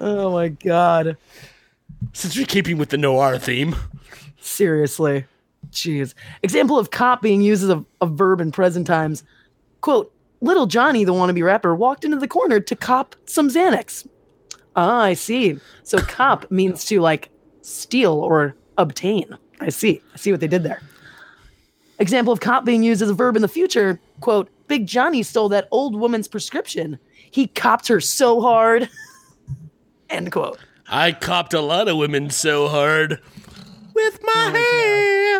S3: Oh my god.
S2: Since we're keeping with the noir theme,
S3: Seriously. Jeez. Example of cop being used as a, a verb in present times. Quote, little Johnny, the wannabe rapper, walked into the corner to cop some Xanax. Ah, I see. So cop means to like steal or obtain. I see. I see what they did there. Example of cop being used as a verb in the future. Quote, Big Johnny stole that old woman's prescription. He copped her so hard. [LAUGHS] End quote.
S2: I copped a lot of women so hard with
S3: Oh
S2: my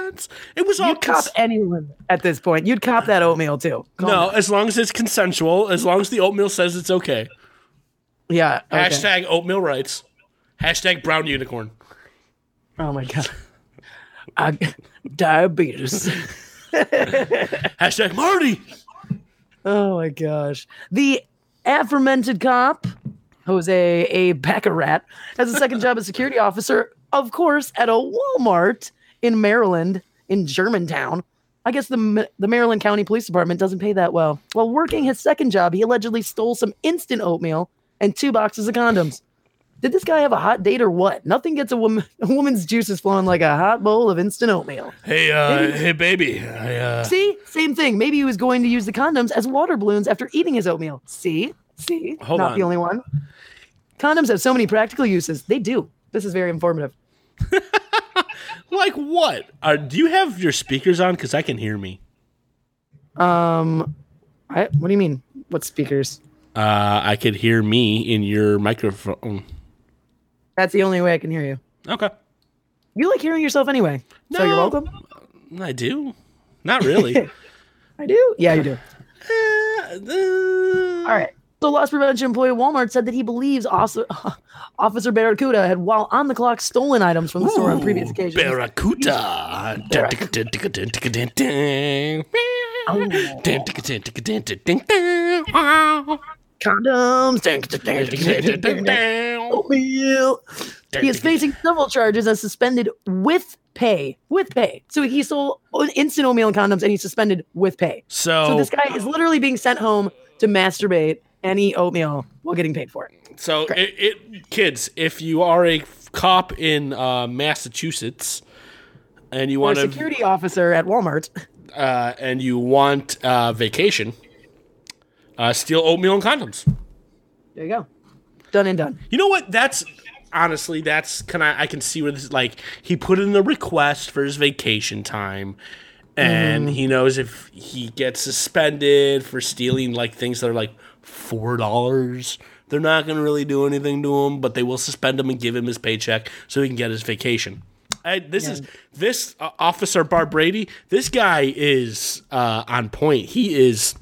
S2: hands. It was all
S3: You'd cop
S2: cons-
S3: anyone at this point. You'd cop that oatmeal too. Call
S2: no,
S3: me.
S2: as long as it's consensual, as long as the oatmeal says it's okay.
S3: Yeah. okay.
S2: Hashtag oatmeal rights. Hashtag brown unicorn.
S3: Oh my god. [LAUGHS] I, diabetes. [LAUGHS]
S2: Hashtag Marty.
S3: Oh my gosh. The aforementioned cop, Jose A. Baccarat, has a second job as security officer, of course, at a Walmart in Maryland, in Germantown. I guess the, Ma- the Maryland County Police Department doesn't pay that well. While working his second job, he allegedly stole some instant oatmeal and two boxes of condoms. Did this guy have a hot date or what? Nothing gets a woman a woman's juices flowing like a hot bowl of instant oatmeal.
S2: Hey, uh, hey, baby. I, uh,
S3: See, same thing. Maybe he was going to use the condoms as water balloons after eating his oatmeal. See, see,
S2: Hold
S3: not the
S2: on.
S3: only one. Condoms have so many practical uses. They do. This is very informative.
S2: like what? Uh, do you have your speakers on? Because I can hear me.
S3: Um, I, what do you mean? What speakers?
S2: Uh, I could hear me in your microphone.
S3: That's the only way I can hear you.
S2: Okay.
S3: You like hearing yourself anyway. So you're
S2: No.
S3: welcome.
S2: I do. Not
S3: [LAUGHS]
S2: really. Uh,
S3: I do.
S2: [LAUGHS]
S3: Yeah, you do.
S2: All uh,
S3: All right. So, loss prevention employee at Walmart said that he believes Officer, [LAUGHS] Officer Barracuda had, while on the clock, stolen items from the store on previous occasions.
S2: Barracuda.
S3: [LAUGHS]
S2: [LAUGHS]
S3: Condoms. Oatmeal. He is facing several charges and suspended with pay. With pay. So he sold instant oatmeal and condoms and he's suspended with pay. So
S2: So,
S3: this guy is literally being sent home to masturbate and eat oatmeal while getting paid for it.
S2: so it, it, kids, if you are a cop in uh, Massachusetts and you
S3: Or a
S2: want to
S3: security officer at Walmart.
S2: uh, and you want uh, vacation, uh, steal oatmeal and condoms.
S3: There you go. Done and done.
S2: You know what? That's honestly, that's can I I can see where this is like he put in the request for his vacation time. And he knows if he gets suspended for stealing like things that are like four dollars, they're not gonna really do anything to him, but they will suspend him and give him his paycheck so he can get his vacation. I, this is this uh, officer Bar Brady. This guy is uh, on point. He is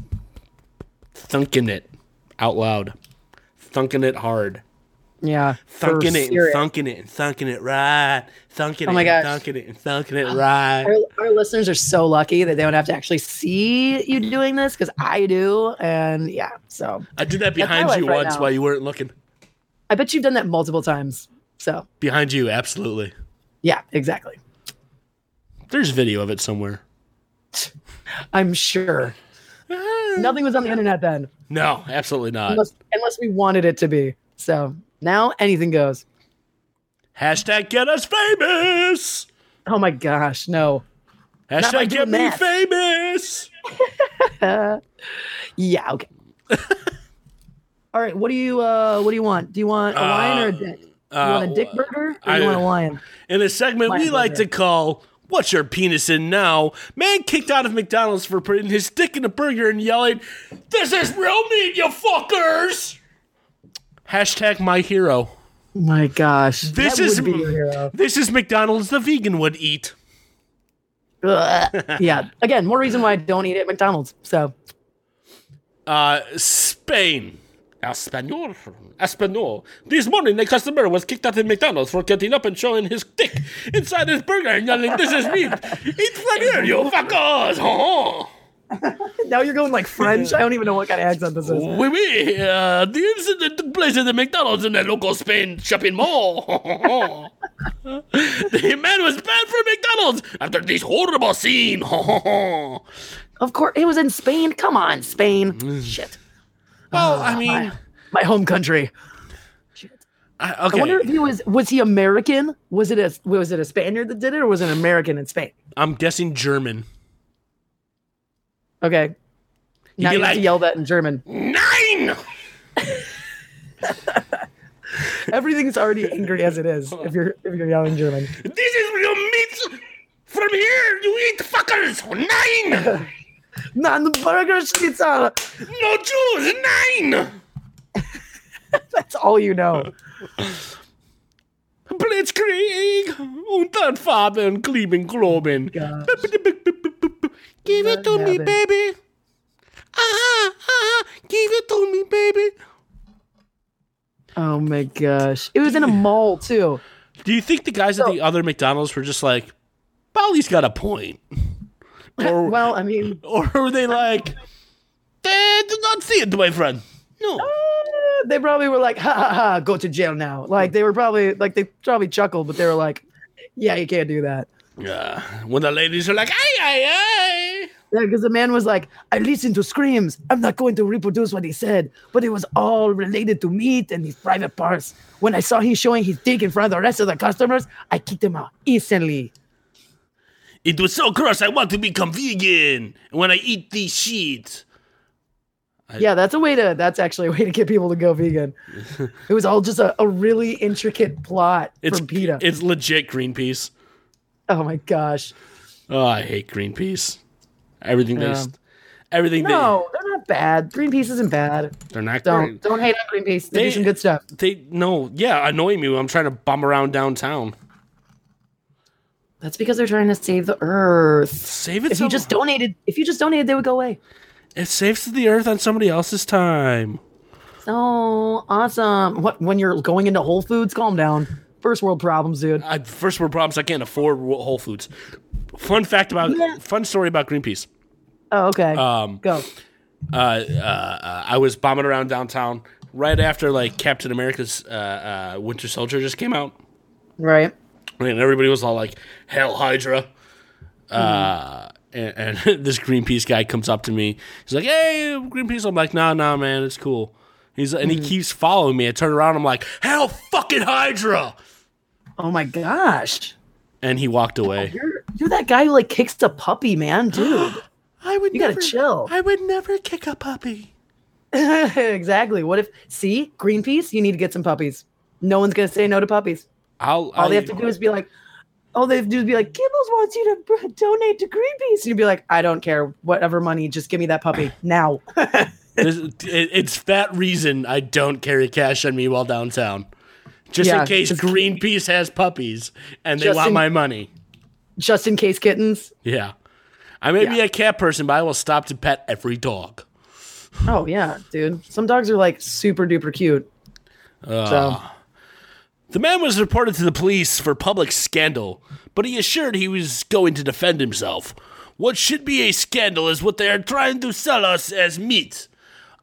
S2: thunking it out loud, thunking it hard
S3: Yeah. for
S2: thunking it and
S3: serious.
S2: thunking it and thunking it right, thunking
S3: Oh
S2: it
S3: my
S2: and
S3: gosh.
S2: thunking it and thunking it right.
S3: our, our listeners are so lucky that they don't have to actually see you doing this because I do. And yeah, so
S2: I did that
S3: my
S2: behind
S3: life
S2: you
S3: right
S2: once
S3: now.
S2: while you weren't looking.
S3: I bet you've done that multiple times. So
S2: Behind you, absolutely.
S3: yeah, exactly.
S2: There's video of it somewhere.
S3: I'm sure. Nothing was on the internet then,
S2: No, absolutely not.
S3: unless, unless we wanted it to be. So now anything goes.
S2: Hashtag get us famous.
S3: Oh my gosh, no. by
S2: Hashtag get
S3: doing
S2: me
S3: math.
S2: famous.
S3: Yeah, okay. [LAUGHS] All right, what do you uh what do you want? Do you want a lion or a
S2: Uh,
S3: dick? You
S2: uh,
S3: want a dick burger or
S2: I-
S3: you want a lion?
S2: In a segment we
S3: Mine's
S2: like
S3: over.
S2: to call What's Your Penis in Now? Man kicked out of McDonald's for putting his dick in a burger and yelling, This is real meat, you fuckers! Hashtag my hero.
S3: Oh My gosh. This
S2: This
S3: is
S2: is- [LAUGHS] This is McDonald's the vegan would eat.
S3: yeah. Again, more reason why I don't eat at McDonald's. So
S2: Uh, Spain. Espanol. Espanol. This morning, a customer was kicked out of McDonald's for getting up and showing his dick inside his burger and yelling, This is meat! Eat from here, you fuckers! Uh-huh. Huh?
S3: now you're going like French. I don't even know what kind of accent
S2: [LAUGHS]
S3: this is.
S2: Oui, oui. Uh, the incident took place at the McDonald's in the local Spain shopping mall. [LAUGHS] the man was banned from McDonald's after this horrible scene. [LAUGHS] well,
S3: Of course it was in Spain. Come on,
S2: Mm.
S3: Spain. Shit.
S2: I
S3: my, my home country.
S2: I,
S3: I wonder
S2: okay,
S3: if he was was he American? Was it a was it a Spaniard that did it, or was it an American in Spain?
S2: I'm guessing German.
S3: Okay. Now
S2: be
S3: you have
S2: like-
S3: to yell that in German.
S2: Nine.
S3: Everything's already angry as
S2: [LAUGHS]
S3: it is. If you're if you're yelling German,
S2: This is real meat. From here, you eat fuckers. [LAUGHS] Nine.
S3: non burger schnitzel.
S2: No Jews. Nine.
S3: That's all you know.
S2: Blitzkrieg. Unter Farben, Kleben, Globen.
S3: Gosh.
S2: Give it to me,
S3: Graben.
S2: baby. Ah, ah, give it to me, baby.
S3: Oh my gosh! It was in a mall too.
S2: Do you think the guys at the other McDonald's were just like, Bali's got a [LAUGHS] point? Or,
S3: Well, I mean,
S2: or were they like, they do not see it, my friend? No.
S3: eh, they probably were like, "Ha ha ha! Go to jail now!" Like they were probably like they probably chuckled, but they were like, "Yeah, you can't do that."
S2: Yeah. When the ladies are like, ay, ay, ay.
S3: Because the man was like, I listened to screams. I'm not going to reproduce what he said, but it was all related to meat and his private parts. When I saw him showing his dick in front of the rest of the customers, I kicked him out instantly.
S2: It was so gross, I want to become vegan when I eat these sheets.
S3: yeah, that's a way to, that's actually a way to get people to
S2: [LAUGHS]
S3: go vegan. it was all just a, a really intricate plot
S2: It's,
S3: from PETA.
S2: it's legit Greenpeace.
S3: oh my gosh.
S2: Oh, I hate Greenpeace. Everything they,
S3: Yeah.
S2: st- everything
S3: No, they're not bad. Greenpeace isn't bad.
S2: they, they're not.
S3: Don't, don't hate on Greenpeace. They,
S2: They-
S3: do some good stuff.
S2: They no, yeah, annoy me. when I'm trying to bum around downtown.
S3: That's because they're trying to save the earth.
S2: Save it.
S3: If you
S2: some-
S3: just donated, if you just donated, they would go away.
S2: It saves the earth on somebody else's time.
S3: So Oh, awesome. What when you're going into Whole Foods, calm down. First world problems, dude.
S2: I, first world problems. I can't afford Wh- Whole Foods. Fun fact about
S3: Yeah.
S2: fun story about Greenpeace.
S3: Oh, okay.
S2: Um,
S3: Go.
S2: uh, uh, uh, I was bombing around downtown right after like Captain America's uh, uh, Winter Soldier just came out,
S3: Right.
S2: and everybody was all like, "Hell Hydra." Uh, and, and [LAUGHS] this Greenpeace guy comes up to me. He's like, "Hey, Greenpeace." I'm like, "Nah, nah, man, it's cool." He's and he keeps following me. I turn around. I'm like, "Hell fucking Hydra!"
S3: Oh my gosh.
S2: And he walked away.
S3: You're you're that guy who like kicks the puppy, man, dude. [LAUGHS]
S2: I would
S3: You gotta chill.
S2: I would never kick a puppy.
S3: exactly. What if see, Greenpeace, you need to get some puppies. No one's gonna say no to puppies.
S2: I'll,
S3: All they have to do is be like all they have to do is be like, Kibbles wants you to br- donate to Greenpeace. And you'd be like, I don't care. Whatever money, just give me that puppy now. [LAUGHS]
S2: This- it- it's that reason I don't carry cash on me while downtown, just
S3: Yeah,
S2: in case
S3: just-
S2: Greenpeace has puppies and they
S3: Just
S2: want
S3: in-
S2: my money.
S3: just in case kittens.
S2: Yeah, I may be
S3: Yeah.
S2: a cat person, but I will stop to pet every dog.
S3: Oh yeah, dude. Some dogs are like super duper cute. so
S2: Ah. The man was reported to the police for public scandal, but he assured he was going to defend himself. What should be a scandal is what they are trying to sell us as meat.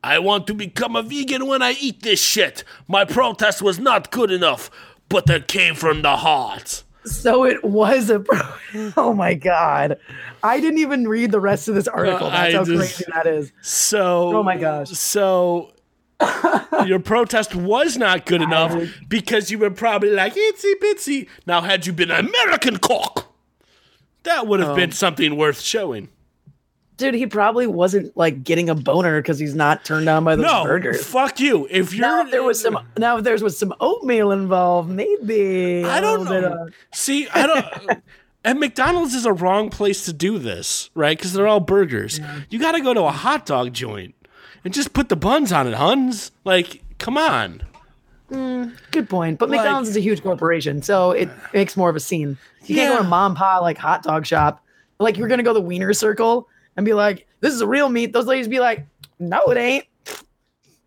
S2: I want to become a vegan when I eat this shit. My protest was not good enough, but it came from the heart.
S3: so it was a pro- [LAUGHS] oh my god. I didn't even read the rest of this article.
S2: Uh,
S3: That's
S2: I
S3: how
S2: just-
S3: crazy that is.
S2: So,
S3: Oh my gosh.
S2: So, [COUGHS] your protest was not good enough because you were probably like itsy bitsy. Now, had you been an American cock, that would have
S3: Oh.
S2: been something worth showing.
S3: Dude, he probably wasn't like getting a boner because he's not turned on by those
S2: No,
S3: burgers.
S2: fuck you. If you're
S3: Now if there was some now if there was some oatmeal involved, maybe.
S2: I
S3: a
S2: don't
S3: little bit
S2: know.
S3: of-
S2: See, I
S3: [LAUGHS]
S2: don't. and McDonald's is a wrong place to do this, right? Because they're all burgers. You got to go to a hot dog joint and just put the buns on it, Huns. Like, come on.
S3: good point. But McDonald's is a huge corporation, so it makes more of a scene. You can't go to
S2: Yeah.
S3: a mom and pa like hot dog shop. Like you're gonna go to the wiener circle and be like, this is a real meat. Those ladies be like, no, it ain't.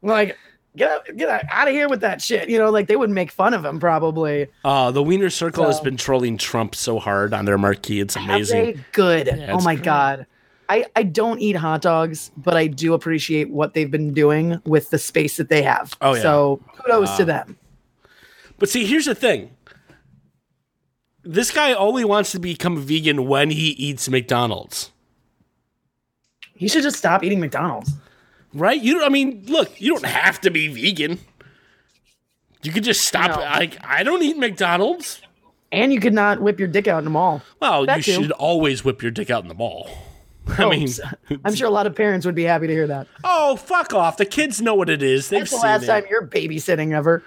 S3: Like, get out, get out of here with that shit. You know, like they would make fun of him probably.
S2: Uh, the Wiener Circle has
S3: So-
S2: been trolling Trump so hard on their marquee. It's amazing.
S3: They good. oh
S2: it's
S3: my
S2: great.
S3: god. I, I don't eat hot dogs, but I do appreciate what they've been doing with the space that they have.
S2: Oh, yeah. Uh,
S3: So kudos to them.
S2: But see, here's the thing. This guy only wants to become vegan when he eats McDonald's,
S3: He should just stop eating McDonald's.
S2: right? You, don't- I mean, look, you don't have to be vegan. You could just stop.
S3: No.
S2: Like I don't eat McDonald's.
S3: And you could not whip your dick out in the mall.
S2: Well,
S3: That
S2: you
S3: too.
S2: should always whip your dick out in the mall. [LAUGHS] I
S3: Oh,
S2: mean,
S3: I'm sure a lot of parents would be happy to hear that.
S2: oh fuck off. The kids know what it is. They've
S3: That's the
S2: seen
S3: last
S2: it.
S3: time you're babysitting ever.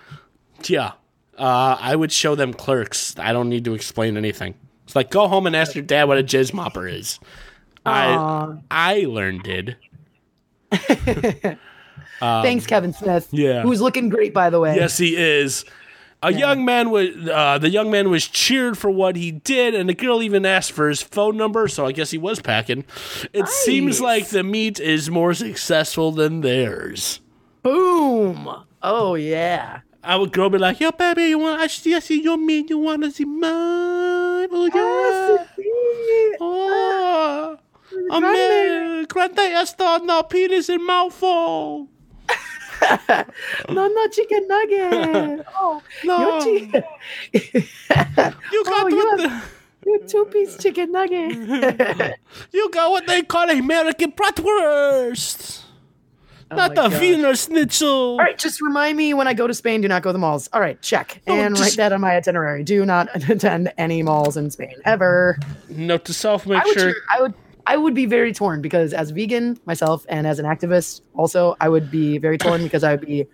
S2: Yeah. Uh, I would show them clerks. I don't need to explain anything. It's like go home and ask your dad what a jizz mopper is. I
S3: Aw.
S2: I learned it.
S3: Thanks, Kevin Smith.
S2: Um, yeah.
S3: Who's looking great, by the way.
S2: Yes, he is. A young man was uh, the young man was cheered for what he did, and the girl even asked for his phone number. So I guess he was packing. It seems
S3: Nice.
S2: like the meat is more successful than theirs.
S3: Boom. Oh, yeah.
S2: I would go be like, "Yo, baby, you want? I see, I see your meat. You want to see mine? Oh yeah, oh, I'm
S3: grande.
S2: a grande esta no penis in mouthful.
S3: No, no
S2: [LAUGHS]
S3: chicken nugget. Oh,
S2: No,
S3: your
S2: you
S3: chi-
S2: got
S3: Oh,
S2: what
S3: you
S2: the-
S3: have- your two-piece
S2: [LAUGHS]
S3: chicken nugget. Oh
S2: You got what they call American bratwurst. Not
S3: Oh my
S2: the
S3: gosh.
S2: Wiener Schnitzel.
S3: All right, just remind me when I go to Spain, do not go to the malls. All right, check.
S2: No,
S3: and
S2: Oh, just-
S3: write that on my itinerary. Do not [LAUGHS] attend any malls in Spain ever.
S2: Note to self: Make
S3: I would,
S2: sure.
S3: cheer- I would, I would be very torn because as a vegan myself and as an activist, also I would be very torn because I would be,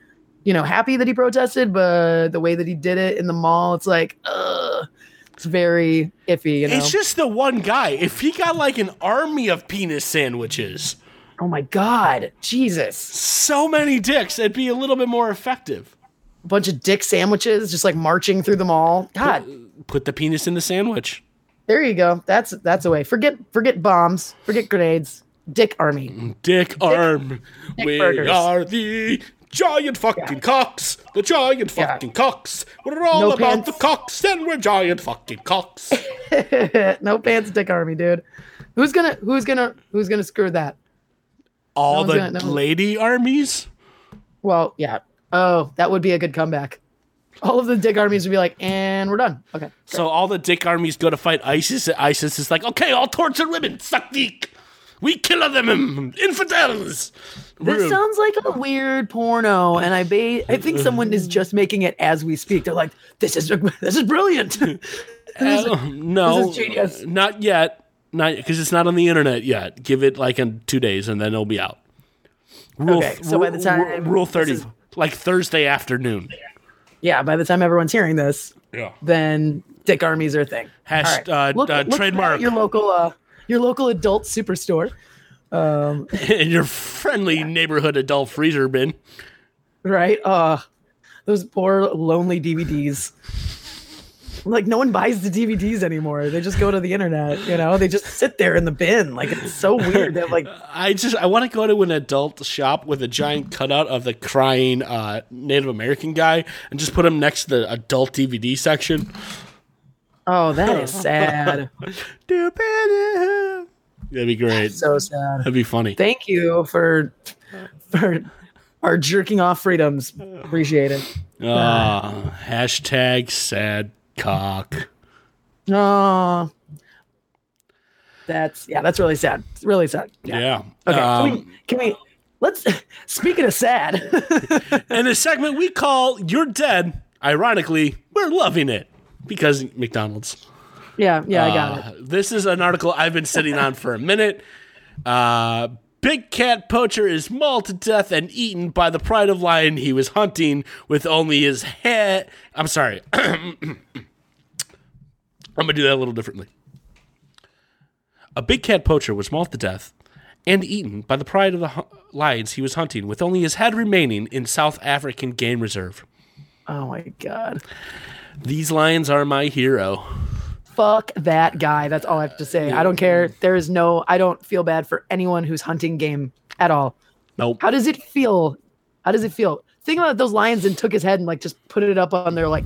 S3: you know, happy that he protested, but the way that he did it in the mall, it's like, ugh, it's very iffy. You know?
S2: It's just the one guy. If he got like an army of penis sandwiches,
S3: oh my god, Jesus!
S2: so many dicks, it'd be a little bit more effective.
S3: A bunch of dick sandwiches just like marching through the mall. God,
S2: Put the penis in the sandwich.
S3: there you go. That's that's a way. Forget forget bombs. Forget grenades. Dick army.
S2: Dick, arm.
S3: dick
S2: we
S3: burgers.
S2: are the giant fucking cocks. The giant
S3: Yeah.
S2: fucking cocks. We're all
S3: No
S2: about
S3: pants.
S2: the cocks, and we're giant fucking
S3: [LAUGHS]
S2: cocks.
S3: no pants, dick army, dude. Who's gonna who's gonna who's gonna screw that?
S2: all
S3: No
S2: the
S3: one's gonna- no one-
S2: lady armies.
S3: Well, yeah. Oh, that would be a good comeback. All of the dick armies would be like, and we're done. Okay.
S2: So all the dick armies go to fight ISIS, and ISIS is like, okay, all torch and ribbon, suck dick. We kill them, [LAUGHS] um, infidels.
S3: This
S2: Rude.
S3: sounds like a weird porno, and I ba- I
S2: [LAUGHS]
S3: think someone is just making it as we speak. They're like, this is this is brilliant. [LAUGHS]
S2: Uh, no,
S3: this is genius.
S2: not yet, not because it's not on the internet yet. Give it like in two days, and then it'll be out. Rule,
S3: Okay, so by the
S2: ru-
S3: time
S2: ru- rule
S3: this
S2: thirty,
S3: is-
S2: like Thursday afternoon.
S3: yeah, by the time everyone's hearing this,
S2: Yeah.
S3: then dick armies are a thing.
S2: Hash,
S3: All right.
S2: uh,
S3: Look-
S2: uh,
S3: look for that
S2: trademark
S3: at your local uh, your local adult superstore. Um,
S2: [LAUGHS] in your friendly neighborhood adult freezer bin.
S3: right? Uh those poor lonely DVDs. Like no one buys the DVDs anymore. They just go to the internet, you know? They just sit there in the bin. Like it's so weird. They have like
S2: I just I want to go to an adult shop with a giant cutout of the crying uh, Native American guy and just put him next to the adult DVD section.
S3: oh, that is sad.
S2: That'd be great.
S3: So sad.
S2: That'd be funny.
S3: Thank you for for our jerking off freedoms. Appreciate it.
S2: Uh, hashtag sad cock.
S3: Oh. That's yeah, that's really sad. It's really sad. Yeah.
S2: Yeah.
S3: Okay.
S2: Um,
S3: can, we, can we let's [LAUGHS] speaking of sad.
S2: and a segment we call "You're Dead." Ironically, we're loving it because McDonald's.
S3: yeah, yeah, I got it.
S2: Uh, This is an article I've been sitting on for a minute. Uh, Big cat poacher is mauled to death and eaten by the pride of lion he was hunting with only his head. I'm sorry. [CLEARS THROAT] I'm going to do that a little differently. A big cat poacher was mauled to death and eaten by the pride of the hu- lions he was hunting with only his head remaining in South African Game Reserve.
S3: Oh my god.
S2: These lions are my hero.
S3: Fuck that guy. That's all I have to say. I don't care. There is no I don't feel bad for anyone who's hunting game at all.
S2: Nope.
S3: How does it feel? How does it feel? Think about those lions and took his head and like just put it up on their like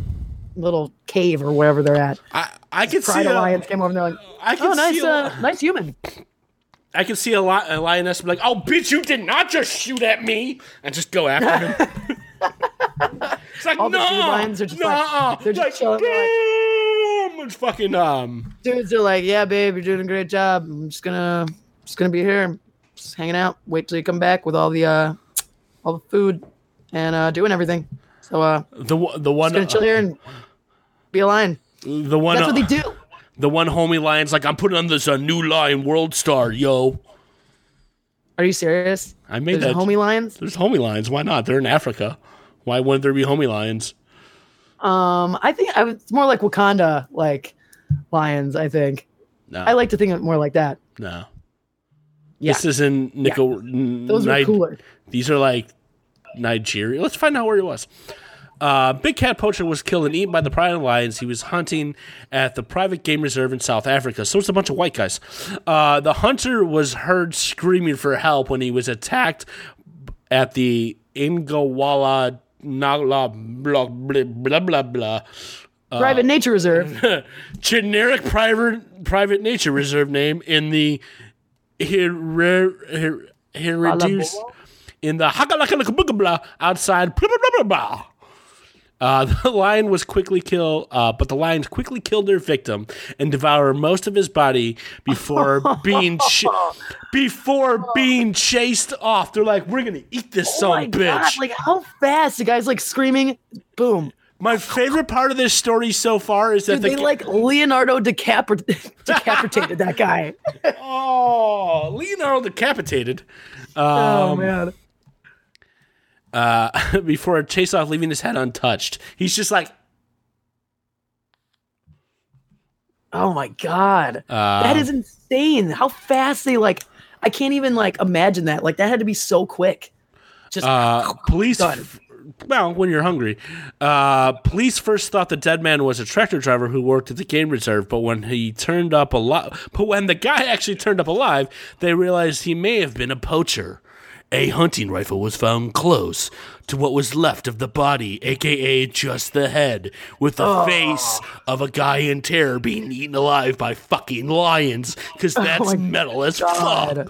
S3: little cave or wherever they're at.
S2: I, I could see
S3: Pride
S2: a-
S3: of lions came over and they're like,
S2: I can
S3: "Oh, nice,
S2: see a-
S3: uh, nice human."
S2: I can see a, li- a lioness be like, "Oh, bitch, you did not just shoot at me," and just go after him.
S3: [LAUGHS]
S2: it's like,
S3: All the
S2: no,
S3: dude lions are just like-
S2: nah,
S3: they're just
S2: like,
S3: chilling, they're
S2: boom, it's fucking um,
S3: Dudes are like, "Yeah, babe, you're doing a great job. I'm just gonna just gonna be here, just hanging out. Wait till you come back with all the uh all the food and uh doing everything. So uh,
S2: The one- the one uh,
S3: just gonna chill here and be a lion.
S2: the one
S3: That's what they do.
S2: the one homie lion's like I'm putting on this uh, new lion world star yo.
S3: Are you serious?
S2: I made
S3: There's
S2: that.
S3: homie lions.
S2: There's homie lions. Why not? They're in Africa. Why wouldn't there be homie lions?
S3: Um, I think I would, it's more like Wakanda, like lions. I think
S2: No,
S3: I like to think of it more like that.
S2: no.
S3: Yeah.
S2: This isn't Nickel.
S3: Those are cooler.
S2: These are like Nigeria. Let's find out where he was. Uh, Big Cat Poacher was killed and eaten by the pride lions. He was hunting at the private game reserve in South Africa. So it's a bunch of white guys. Uh, the hunter was heard screaming for help when he was attacked at the Ingawala Nala blah blah blah blah blah. uh,
S3: Private nature
S2: [LAUGHS]
S3: reserve.
S2: Generic private private nature reserve name in the here here here reduced in the hakalakalabuga outside blah, blah, blah, blah, blah. Uh, [LAUGHS] the lion was quickly killed, uh, but the lions quickly killed their victim and devoured most of his body
S3: [LAUGHS]
S2: before being ch- before being chased off. They're like, "We're gonna eat this
S3: Oh
S2: son
S3: my
S2: of a
S3: god!
S2: bitch."
S3: Like how fast the guy's like screaming. Boom.
S2: my favorite part of this story so far is that
S3: Dude,
S2: the
S3: they
S2: ca-
S3: like Leonardo decapit- [LAUGHS] decapitated that
S2: [LAUGHS]
S3: guy.
S2: oh Leonardo decapitated. Um, Uh,
S3: oh man.
S2: [LAUGHS] before a chase off leaving his head untouched. He's just like,
S3: Oh my god. that
S2: uh,
S3: is insane. How fast they like I can't even like imagine that. Like that had to be so quick. Just
S2: uh, police.
S3: Done.
S2: well, when you're hungry, uh, police first thought the dead man was a tractor driver who worked at the game reserve. But when he turned up alive, but when the guy actually turned up alive, they realized he may have been a poacher. A hunting rifle was found close to what was left of the body, aka just the head, with the face of a guy in terror being eaten alive by fucking lions,
S3: [LAUGHS]
S2: because that's
S3: Oh my
S2: metal as fuck.
S3: God.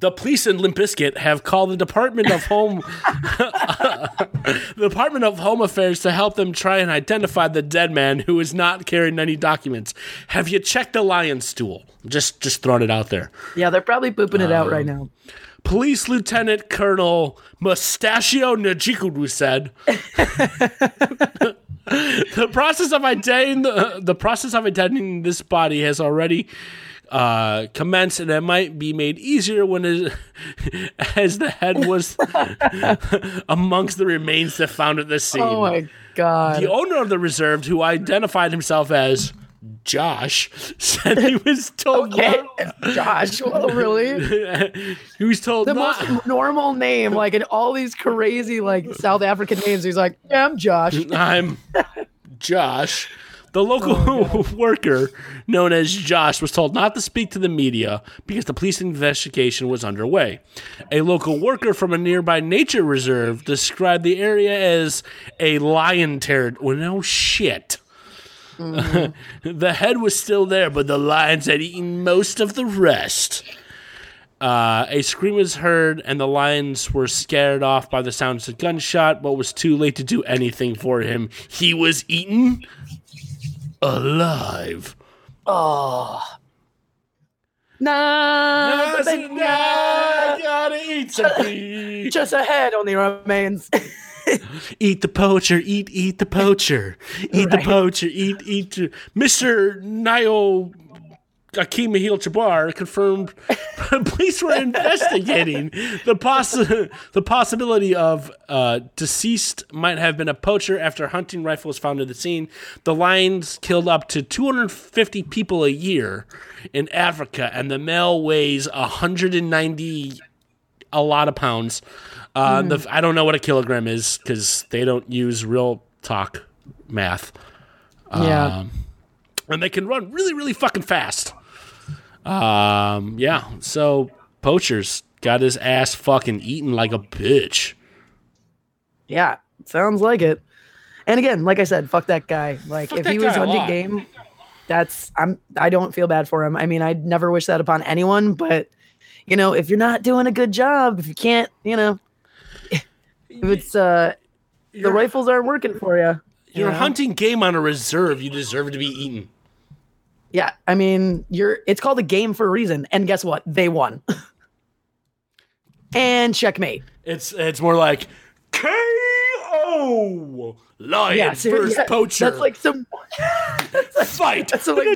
S2: The police in Limp Bizkit have called the Department of Home [LAUGHS] the Department of Home Affairs to help them try and identify the dead man who is not carrying any documents. Have you checked the lion's stool? Just just throwing it out there.
S3: Yeah, they're probably pooping it out right now.
S2: Police Lieutenant Colonel Mustachio Najikudu
S3: [LAUGHS]
S2: said, "The process of identifying the, the process of identifying this body has already uh, commenced, and it might be made easier when, it, [LAUGHS] as the head
S3: [LAUGHS]
S2: was amongst the remains that found at the scene."
S3: Oh my god.
S2: The owner of the reserve, who identified himself as Josh, [LAUGHS] said he was told.
S3: okay.
S2: not-
S3: [LAUGHS] Josh, well, really?
S2: [LAUGHS] he was told
S3: [LAUGHS] The
S2: not-
S3: most normal name, like in all these crazy like South African names. He's like, Yeah, I'm Josh.
S2: [LAUGHS] I'm Josh. The local [LAUGHS] worker, known as Josh, was told not to speak to the media because the police investigation was underway. A local worker from a nearby nature reserve described the area as a lion territory. Well, no shit. [LAUGHS] the head was still there, but the lions had eaten most of the rest. Uh, a scream was heard, and the lions were scared off by the sounds of gunshot, but was too late to do anything for him. He was eaten alive.
S3: Nah, the big
S2: I gotta eat [LAUGHS] something.
S3: just a head only remains.
S2: eat the poacher, eat, eat the poacher, eat the poacher, eat, eat. Mr. Niall Akeem Mahil Jabbar confirmed [LAUGHS] police were investigating the, possi- the possibility of uh, deceased might have been a poacher after hunting rifle was found at the scene. The lions killed up to 250 people a year in Africa, and the male weighs 190 a lot of pounds. Uh,
S3: Hmm.
S2: the, I don't know what a kilogram is because they don't use real talk math.
S3: [LAUGHS] yeah.
S2: And they can run really, really fucking fast. Um, yeah. So Poachers got his ass fucking eaten like a bitch.
S3: Yeah. Sounds like it. And again, like I said, fuck that guy. Like
S2: Fuck
S3: if
S2: that
S3: he was
S2: guy a
S3: hunting
S2: lot.
S3: game, that's I'm I don't feel bad for him. I mean, I'd never wish that upon anyone, but you know, if you're not doing a good job, if you can't, you know, [LAUGHS] if it's uh the rifles aren't working for you.
S2: You're hunting game on a reserve. You deserve to be eaten.
S3: Yeah, I mean, you're it's called a game for a reason. And guess what? They won. [LAUGHS] and checkmate.
S2: It's it's more like K.O. Whoa! Lion
S3: yeah, seriously,
S2: first
S3: yeah,
S2: poacher.
S3: That's like some.
S2: fight.
S3: that's so, like-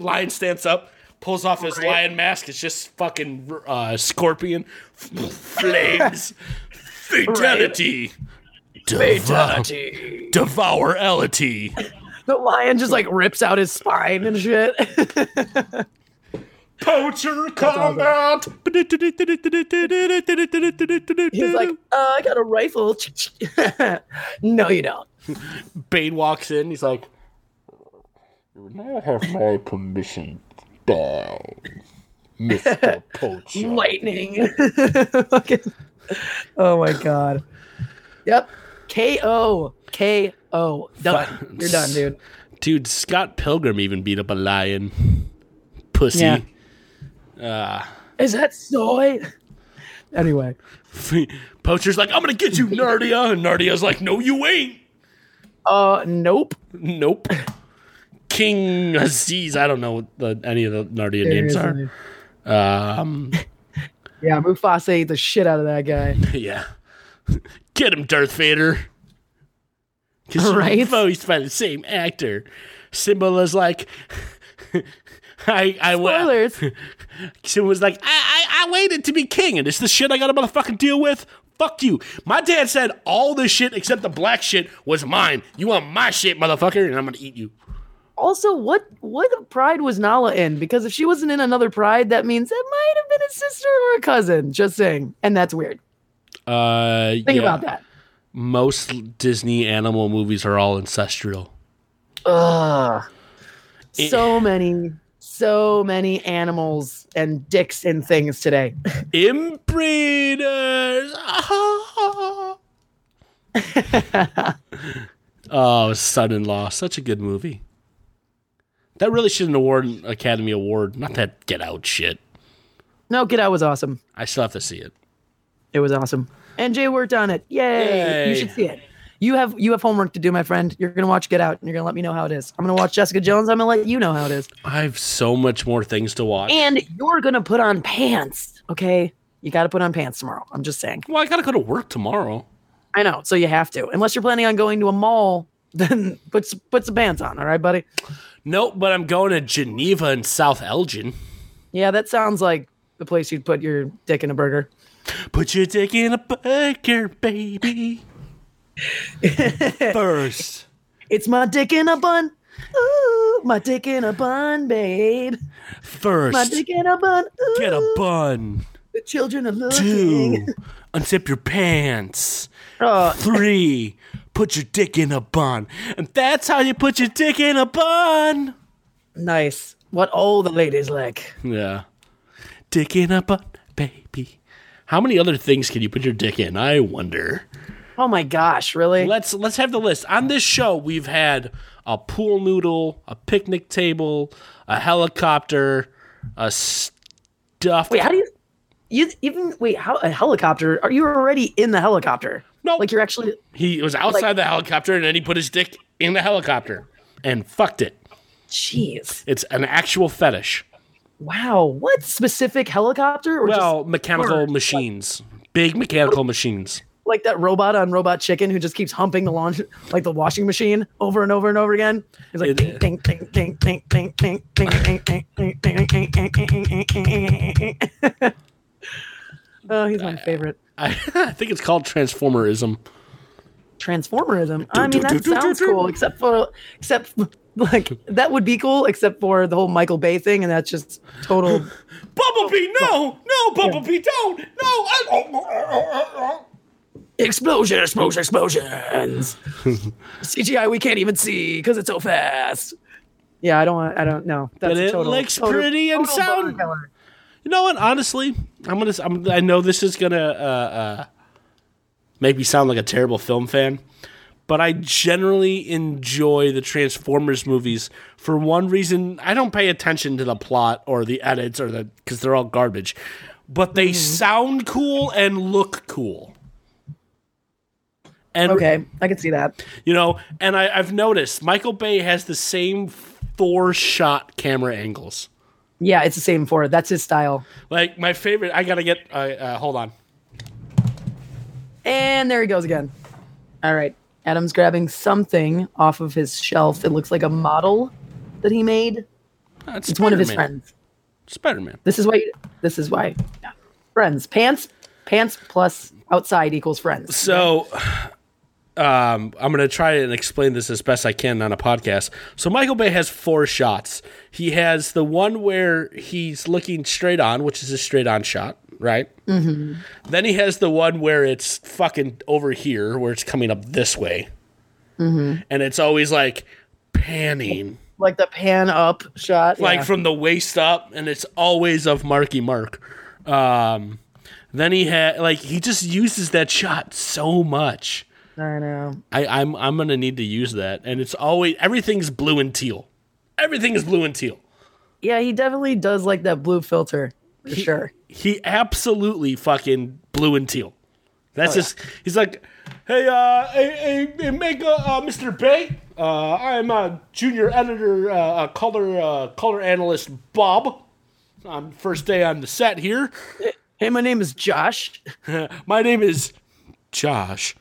S2: [LAUGHS] lion stands up, pulls off his lion mask. It's just fucking uh, scorpion
S5: [LAUGHS]
S2: flames. Fatality. Fatality. Devourality.
S3: the lion just like rips out his spine and shit. [LAUGHS]
S2: Poacher combat.
S3: He's [LAUGHS] like, uh, I got a rifle. [LAUGHS] no, you don't.
S2: Bane walks in. He's like,
S5: Now have my permission, down,
S3: [LAUGHS]
S5: Mr. Poacher.
S3: Lightning. [LAUGHS] Fucking- oh my god. Yep. KO. KO. Done. You're done, dude.
S2: dude, Scott Pilgrim even beat up a lion. Pussy.
S3: Yeah. Is that soy? Anyway.
S2: [LAUGHS] Poacher's like, I'm gonna get you, Nardia. And Nardia's like, No, you ain't.
S3: Uh, nope.
S2: Nope. King Aziz, I don't know what the, any of the Nardia names are. Um,
S3: [LAUGHS] Yeah, Mufasa ate the shit out of that [LAUGHS] guy.
S2: [LAUGHS] yeah. Get him, Darth Vader. Because
S3: Right.
S2: right? voiced by the same actor. Simbala's like, [LAUGHS] I, I, wa-
S3: Spoilers.
S2: Someone was like, I, I, I waited to be king, and it's the shit I gotta motherfucking deal with. Fuck you. My dad said all this shit except the black shit was mine. You want my shit, motherfucker, and I'm gonna eat you.
S3: also, what what pride was Nala in? Because if she wasn't in another pride, that means it might have been a sister or a cousin. Just saying. And that's weird.
S2: Uh,
S3: Think about that.
S2: Most Disney animal movies are all ancestral.
S3: Ugh. So many, so many animals and dicks and things today. [LAUGHS]
S2: Inbreeders. [LAUGHS] oh, son-in-law, such a good movie. That really shouldn't award an Academy Award. Not that Get Out shit.
S3: No, Get Out was awesome.
S2: I still have to see it.
S3: It was awesome. And Jay worked on it. Yay!
S2: Yay.
S3: You should see it. You have you have homework to do, my friend. You're gonna watch Get Out, and you're gonna let me know how it is. I'm gonna watch Jessica Jones. I'm gonna let you know how it is.
S2: I have so much more things to watch.
S3: And you're gonna put on pants. Okay, you got to put on pants tomorrow. I'm just saying.
S2: well, I gotta go to work tomorrow.
S3: I know. So you have to, unless you're planning on going to a mall. [LAUGHS] Then put s- put some pants on. All right, buddy.
S2: Nope, but I'm going to Geneva and South Elgin.
S3: Yeah, that sounds like the place you'd put your dick in a burger.
S2: Put your dick in a burger, [LAUGHS] baby. First.
S3: It's my dick in a bun. Ooh, my dick in a bun, babe. My
S2: First.
S3: dick in a bun. Ooh,
S2: Get a bun.
S3: the children are looking.
S2: Two. Unzip your pants.
S3: Oh,
S2: Three. Put your dick in a bun. And that's how you put your dick in a bun.
S3: nice. What all the ladies like.
S2: Yeah. Dick in a bun, baby. How many other things can you put your dick in? I wonder.
S3: Oh my gosh, really?
S2: Let's let's have the list. On this show, we've had a pool noodle, a picnic table, a helicopter, a stuffed.
S3: Wait, how do you? You even wait? How a helicopter? Are you already in the helicopter?
S2: No.
S3: like you're actually.
S2: he was outside the helicopter, and then he put his dick in the helicopter and fucked it.
S3: Jeez,
S2: It's an actual fetish.
S3: wow. What specific helicopter? Or
S2: Well,
S3: just
S2: mechanical machines, big mechanical machines. [LAUGHS]
S3: like that robot on Robot Chicken who just keeps humping the launch, like the washing machine, over and over and over again. He's like,
S2: It-
S3: ding, ding, ding, ding, ding, ding, ding, ding, ding, ding, ding, ding, ding, ding, ding, ding, ding. Oh, he's my favorite.
S2: I, I think it's called transformerism.
S3: Transformerism. I mean, that sounds cool, except for except for- [LAUGHS] like that would be cool, except for the whole Michael Bay thing, and that's just total.
S2: Bumblebee, no, no, Bumblebee, don't, no.
S3: [LAUGHS] explosion, explosion, explosions. [LAUGHS] CGI we can't even see because it's so fast. Yeah, I don't want. I don't know. That's
S2: But
S3: a
S2: it
S3: total,
S2: looks
S3: total-
S2: pretty and
S3: total bummer
S2: sound-
S3: killer.
S2: You know what? Honestly, I'm gonna. I'm, I know this is gonna uh, uh, make me sound like a terrible film fan, but I generally enjoy the Transformers movies for one reason. I don't pay attention to the plot or the edits or the because they're all garbage, but they sound cool and look cool. And
S3: Okay, I can see that.
S2: you know, and I, I've noticed Michael Bay has the same four shot camera angles.
S3: Yeah, it's the same for it. That's his style.
S2: Like my favorite, I gotta get. Uh, uh, hold on.
S3: And there he goes again. All right. Adam's grabbing something off of his shelf. It looks like a model that he made.
S2: That's
S3: It's one of his friends.
S2: Spider Man.
S3: This is why. This is why. yeah. Friends. Pants. Pants plus outside equals friends.
S2: So, um, I'm going to try and explain this as best I can on a podcast. So, Michael Bay has four shots. He has the one where he's looking straight on, which is a straight on shot, right? Mm-hmm. Then he has the one where it's fucking over here, where it's coming up this way. Mm-hmm. And it's always like panning,
S3: Like the pan up shot.
S2: like
S3: yeah.
S2: from the waist up, and it's always of Marky Mark. Um, then he had, like, he just uses that shot so much.
S3: I know.
S2: I, I'm I'm gonna need to use that, and it's always everything's blue and teal. Everything is blue and teal.
S3: Yeah, he definitely does like that blue filter for sure.
S2: He absolutely fucking blue and teal. That's just he's like, hey, uh, hey, hey, hey make uh, uh, Mr. Bay. Uh, I'm a junior editor, uh, uh, color uh, color analyst Bob. On first day on the set here,
S3: Hey, my name is Josh.
S2: my name is Josh.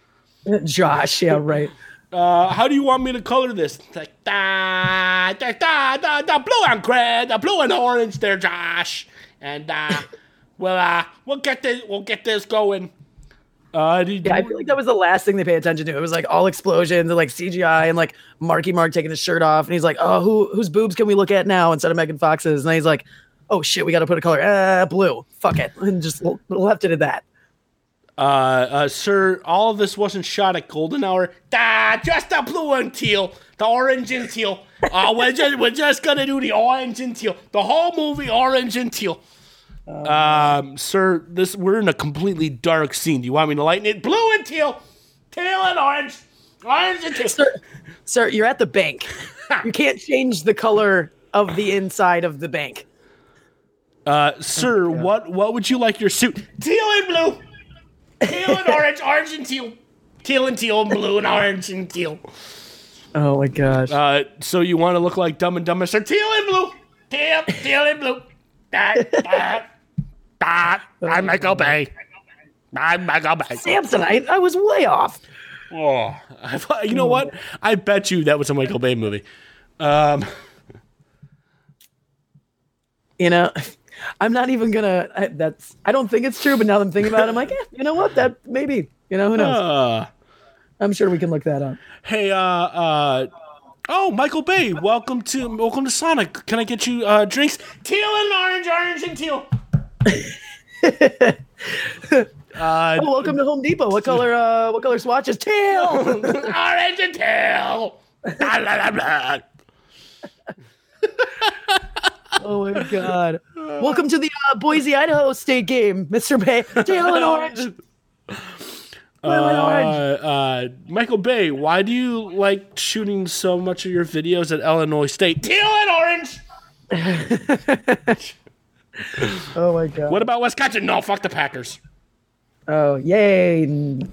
S3: [LAUGHS] Josh. Yeah, right.
S2: Uh, how do you want me to color this? It's like da da da da da blue and red, the blue and orange there, Josh. And uh, [LAUGHS] we'll uh, we'll get this we'll get this going. Uh, do you-
S3: Yeah, I feel like that was the last thing they paid attention to. It was like all explosions and like CGI and like Marky Mark taking his shirt off, and he's like, "Oh, who whose boobs can we look at now instead of Megan Fox's?" And then he's like, "Oh shit, we got to put a color, uh, blue. Fuck it," [LAUGHS] and just l- left it at that.
S2: uh, uh, sir, all of this wasn't shot at golden hour. Da, just the blue and teal, the orange and teal. Uh, we're just [LAUGHS] we're just gonna do the orange and teal, the whole movie orange and teal. Um, sir, this we're in a completely dark scene. Do you want me to lighten it? Blue and teal, teal and orange, orange and teal.
S3: Sir, sir, you're at
S2: [LAUGHS]
S3: the bank. You can't change the color of the inside of the bank.
S2: Uh, sir, what what would you like your suit? Teal and blue, teal and orange, orange and teal, teal and teal, and blue and orange and teal.
S3: Oh my gosh.
S2: Uh, so you want to look like Dumb and Dumber? Sir, teal and blue, teal, teal and blue. Da, da, da. I'm Michael Bay. I'm Michael Bay.
S3: Samsonite, I was way off.
S2: Oh, I've, you know what? I bet you that was a Michael Bay movie. Um,
S3: You know, [LAUGHS] I'm not even gonna. I, that's. I don't think it's true, but now that I'm thinking about it, I'm like, eh, you know what? That maybe. You know who knows?
S2: uh,
S3: I'm sure we can look that up.
S2: hey, uh, uh, oh, Michael Bay, welcome to welcome to Sonic. Can I get you uh, drinks? Teal and orange, orange and teal. uh,
S3: Oh, welcome to Home Depot. What color? Uh, what color swatch is tail?
S2: [LAUGHS] orange and teal. Blah, blah, blah, blah.
S3: [LAUGHS] oh my god! Welcome to the uh, Boise, Idaho state game, Mr. Bay. Tail and
S2: [LAUGHS]
S3: orange. Tail and orange.
S2: Uh, uh, Michael Bay, why do you like shooting so much of your videos at Illinois State? Teal and orange.
S3: Oh my god!
S2: What about Wisconsin? No, fuck the Packers.
S3: Oh yay!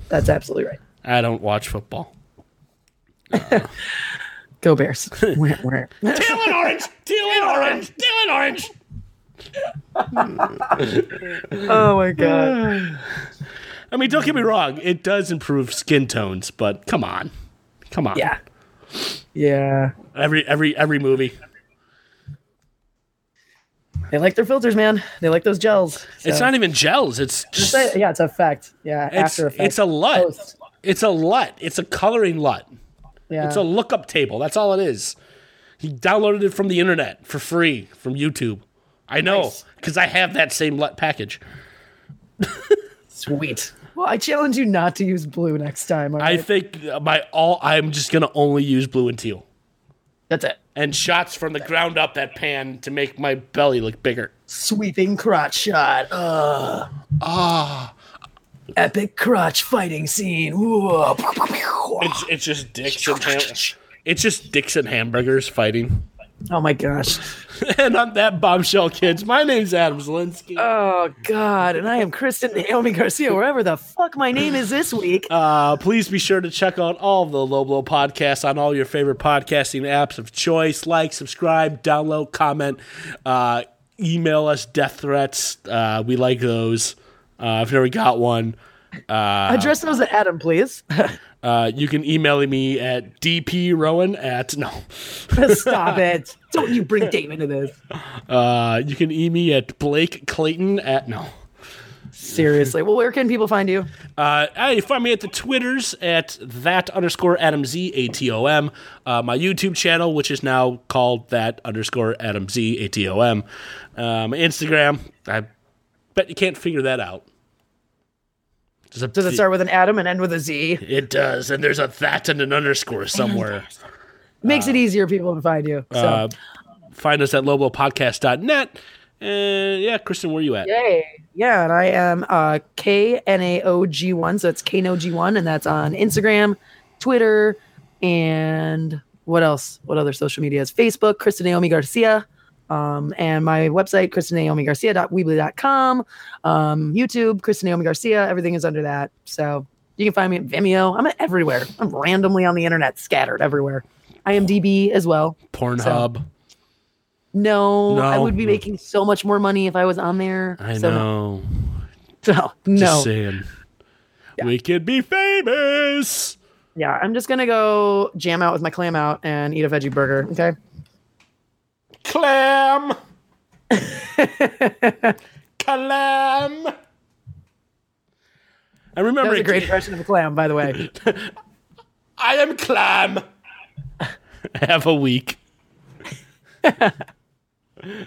S3: That's absolutely right.
S2: I don't watch football.
S3: Go
S2: [LAUGHS]
S3: Bears. Wah, wah.
S2: Teal and orange. Teal and orange. Teal and orange.
S3: oh my god!
S2: I mean, don't get me wrong. It does improve skin tones, but come on, come on.
S3: Yeah. Yeah.
S2: Every every every movie.
S3: They like their filters, man. They like those gels.
S2: It's
S3: So-
S2: not even gels. It's just
S3: It's a- yeah, it's effect. Yeah,
S2: it's,
S3: after effect.
S2: it's a LUT.
S3: Post.
S2: It's a LUT. It's a coloring LUT.
S3: Yeah.
S2: It's a lookup table. That's all it is. He downloaded it from the internet for free from YouTube. I know because I have that same LUT package.
S3: sweet. Well, I challenge you not to use blue next time. all
S2: I
S3: right?
S2: think my all. I'm just gonna only use blue and teal
S3: That's it.
S2: and shots from the ground up that pan to make my belly look bigger.
S3: Sweeping crotch shot. Ugh. Ah. Epic crotch fighting scene. Whoa.
S2: It's, it's just dicks and ham- it's just dicks and hamburgers fighting. [LAUGHS]
S3: Oh my gosh.
S2: and on that bombshell, kids. My name's Adam Zelinsky.
S3: Oh God. And I am Kristen Naomi Garcia, wherever the fuck my name is this week.
S2: Uh, please be sure to check out all of the Low Blow podcasts on all your favorite podcasting apps of choice. Like, subscribe, download, comment, uh, email us death threats. Uh, we like those. Uh, I've never got one. Uh,
S3: Address those at Adam, please.
S2: uh, you can email me at dprowan at no.
S3: Stop it. Don't you bring Dave into this.
S2: Uh, you can email me at Blake Clayton at no.
S3: Seriously. Well, where can people find you?
S2: Uh, hey, you find me at the Twitters at that underscore Adam Z A T O M. Uh, my YouTube channel, which is now called that underscore Adam Z A T O M. Um, Instagram. I bet you can't figure that out. Does
S3: Does it start with an Adam and end with a Z?
S2: It does, and there's a that and an
S3: [LAUGHS]
S2: underscore somewhere.
S3: Makes it easier people to find you. So,
S2: Uh, find us at lobopodcast.net. And yeah, Kristen, where you at?
S3: yay. Yeah, and I am uh, K N A O G one, so it's K N O G one, and that's on Instagram, Twitter, and what else? What other social media is Facebook? Kristen Naomi Garcia. Um, and my website, KristenNaomiGarcia.weebly.com, um, YouTube, Kristen Naomi Garcia. Everything is under that. So you can find me at Vimeo. I'm everywhere. I'm randomly on the internet, scattered everywhere. IMDb as well.
S2: Pornhub.
S3: No, I
S2: No.
S3: would be making so much more money if I was on there.
S2: I
S3: so no.
S2: know.
S3: So,
S2: Just
S3: [LAUGHS] no.
S2: saying. We could be famous.
S3: Yeah, I'm just gonna go jam out with my clam out and eat a veggie burger. Okay.
S2: Clam. Clam. I
S3: That
S2: remember
S3: was a
S2: it-
S3: great impression of a clam, by the way.
S2: I am
S3: [LAUGHS]
S2: Clam. Have a week.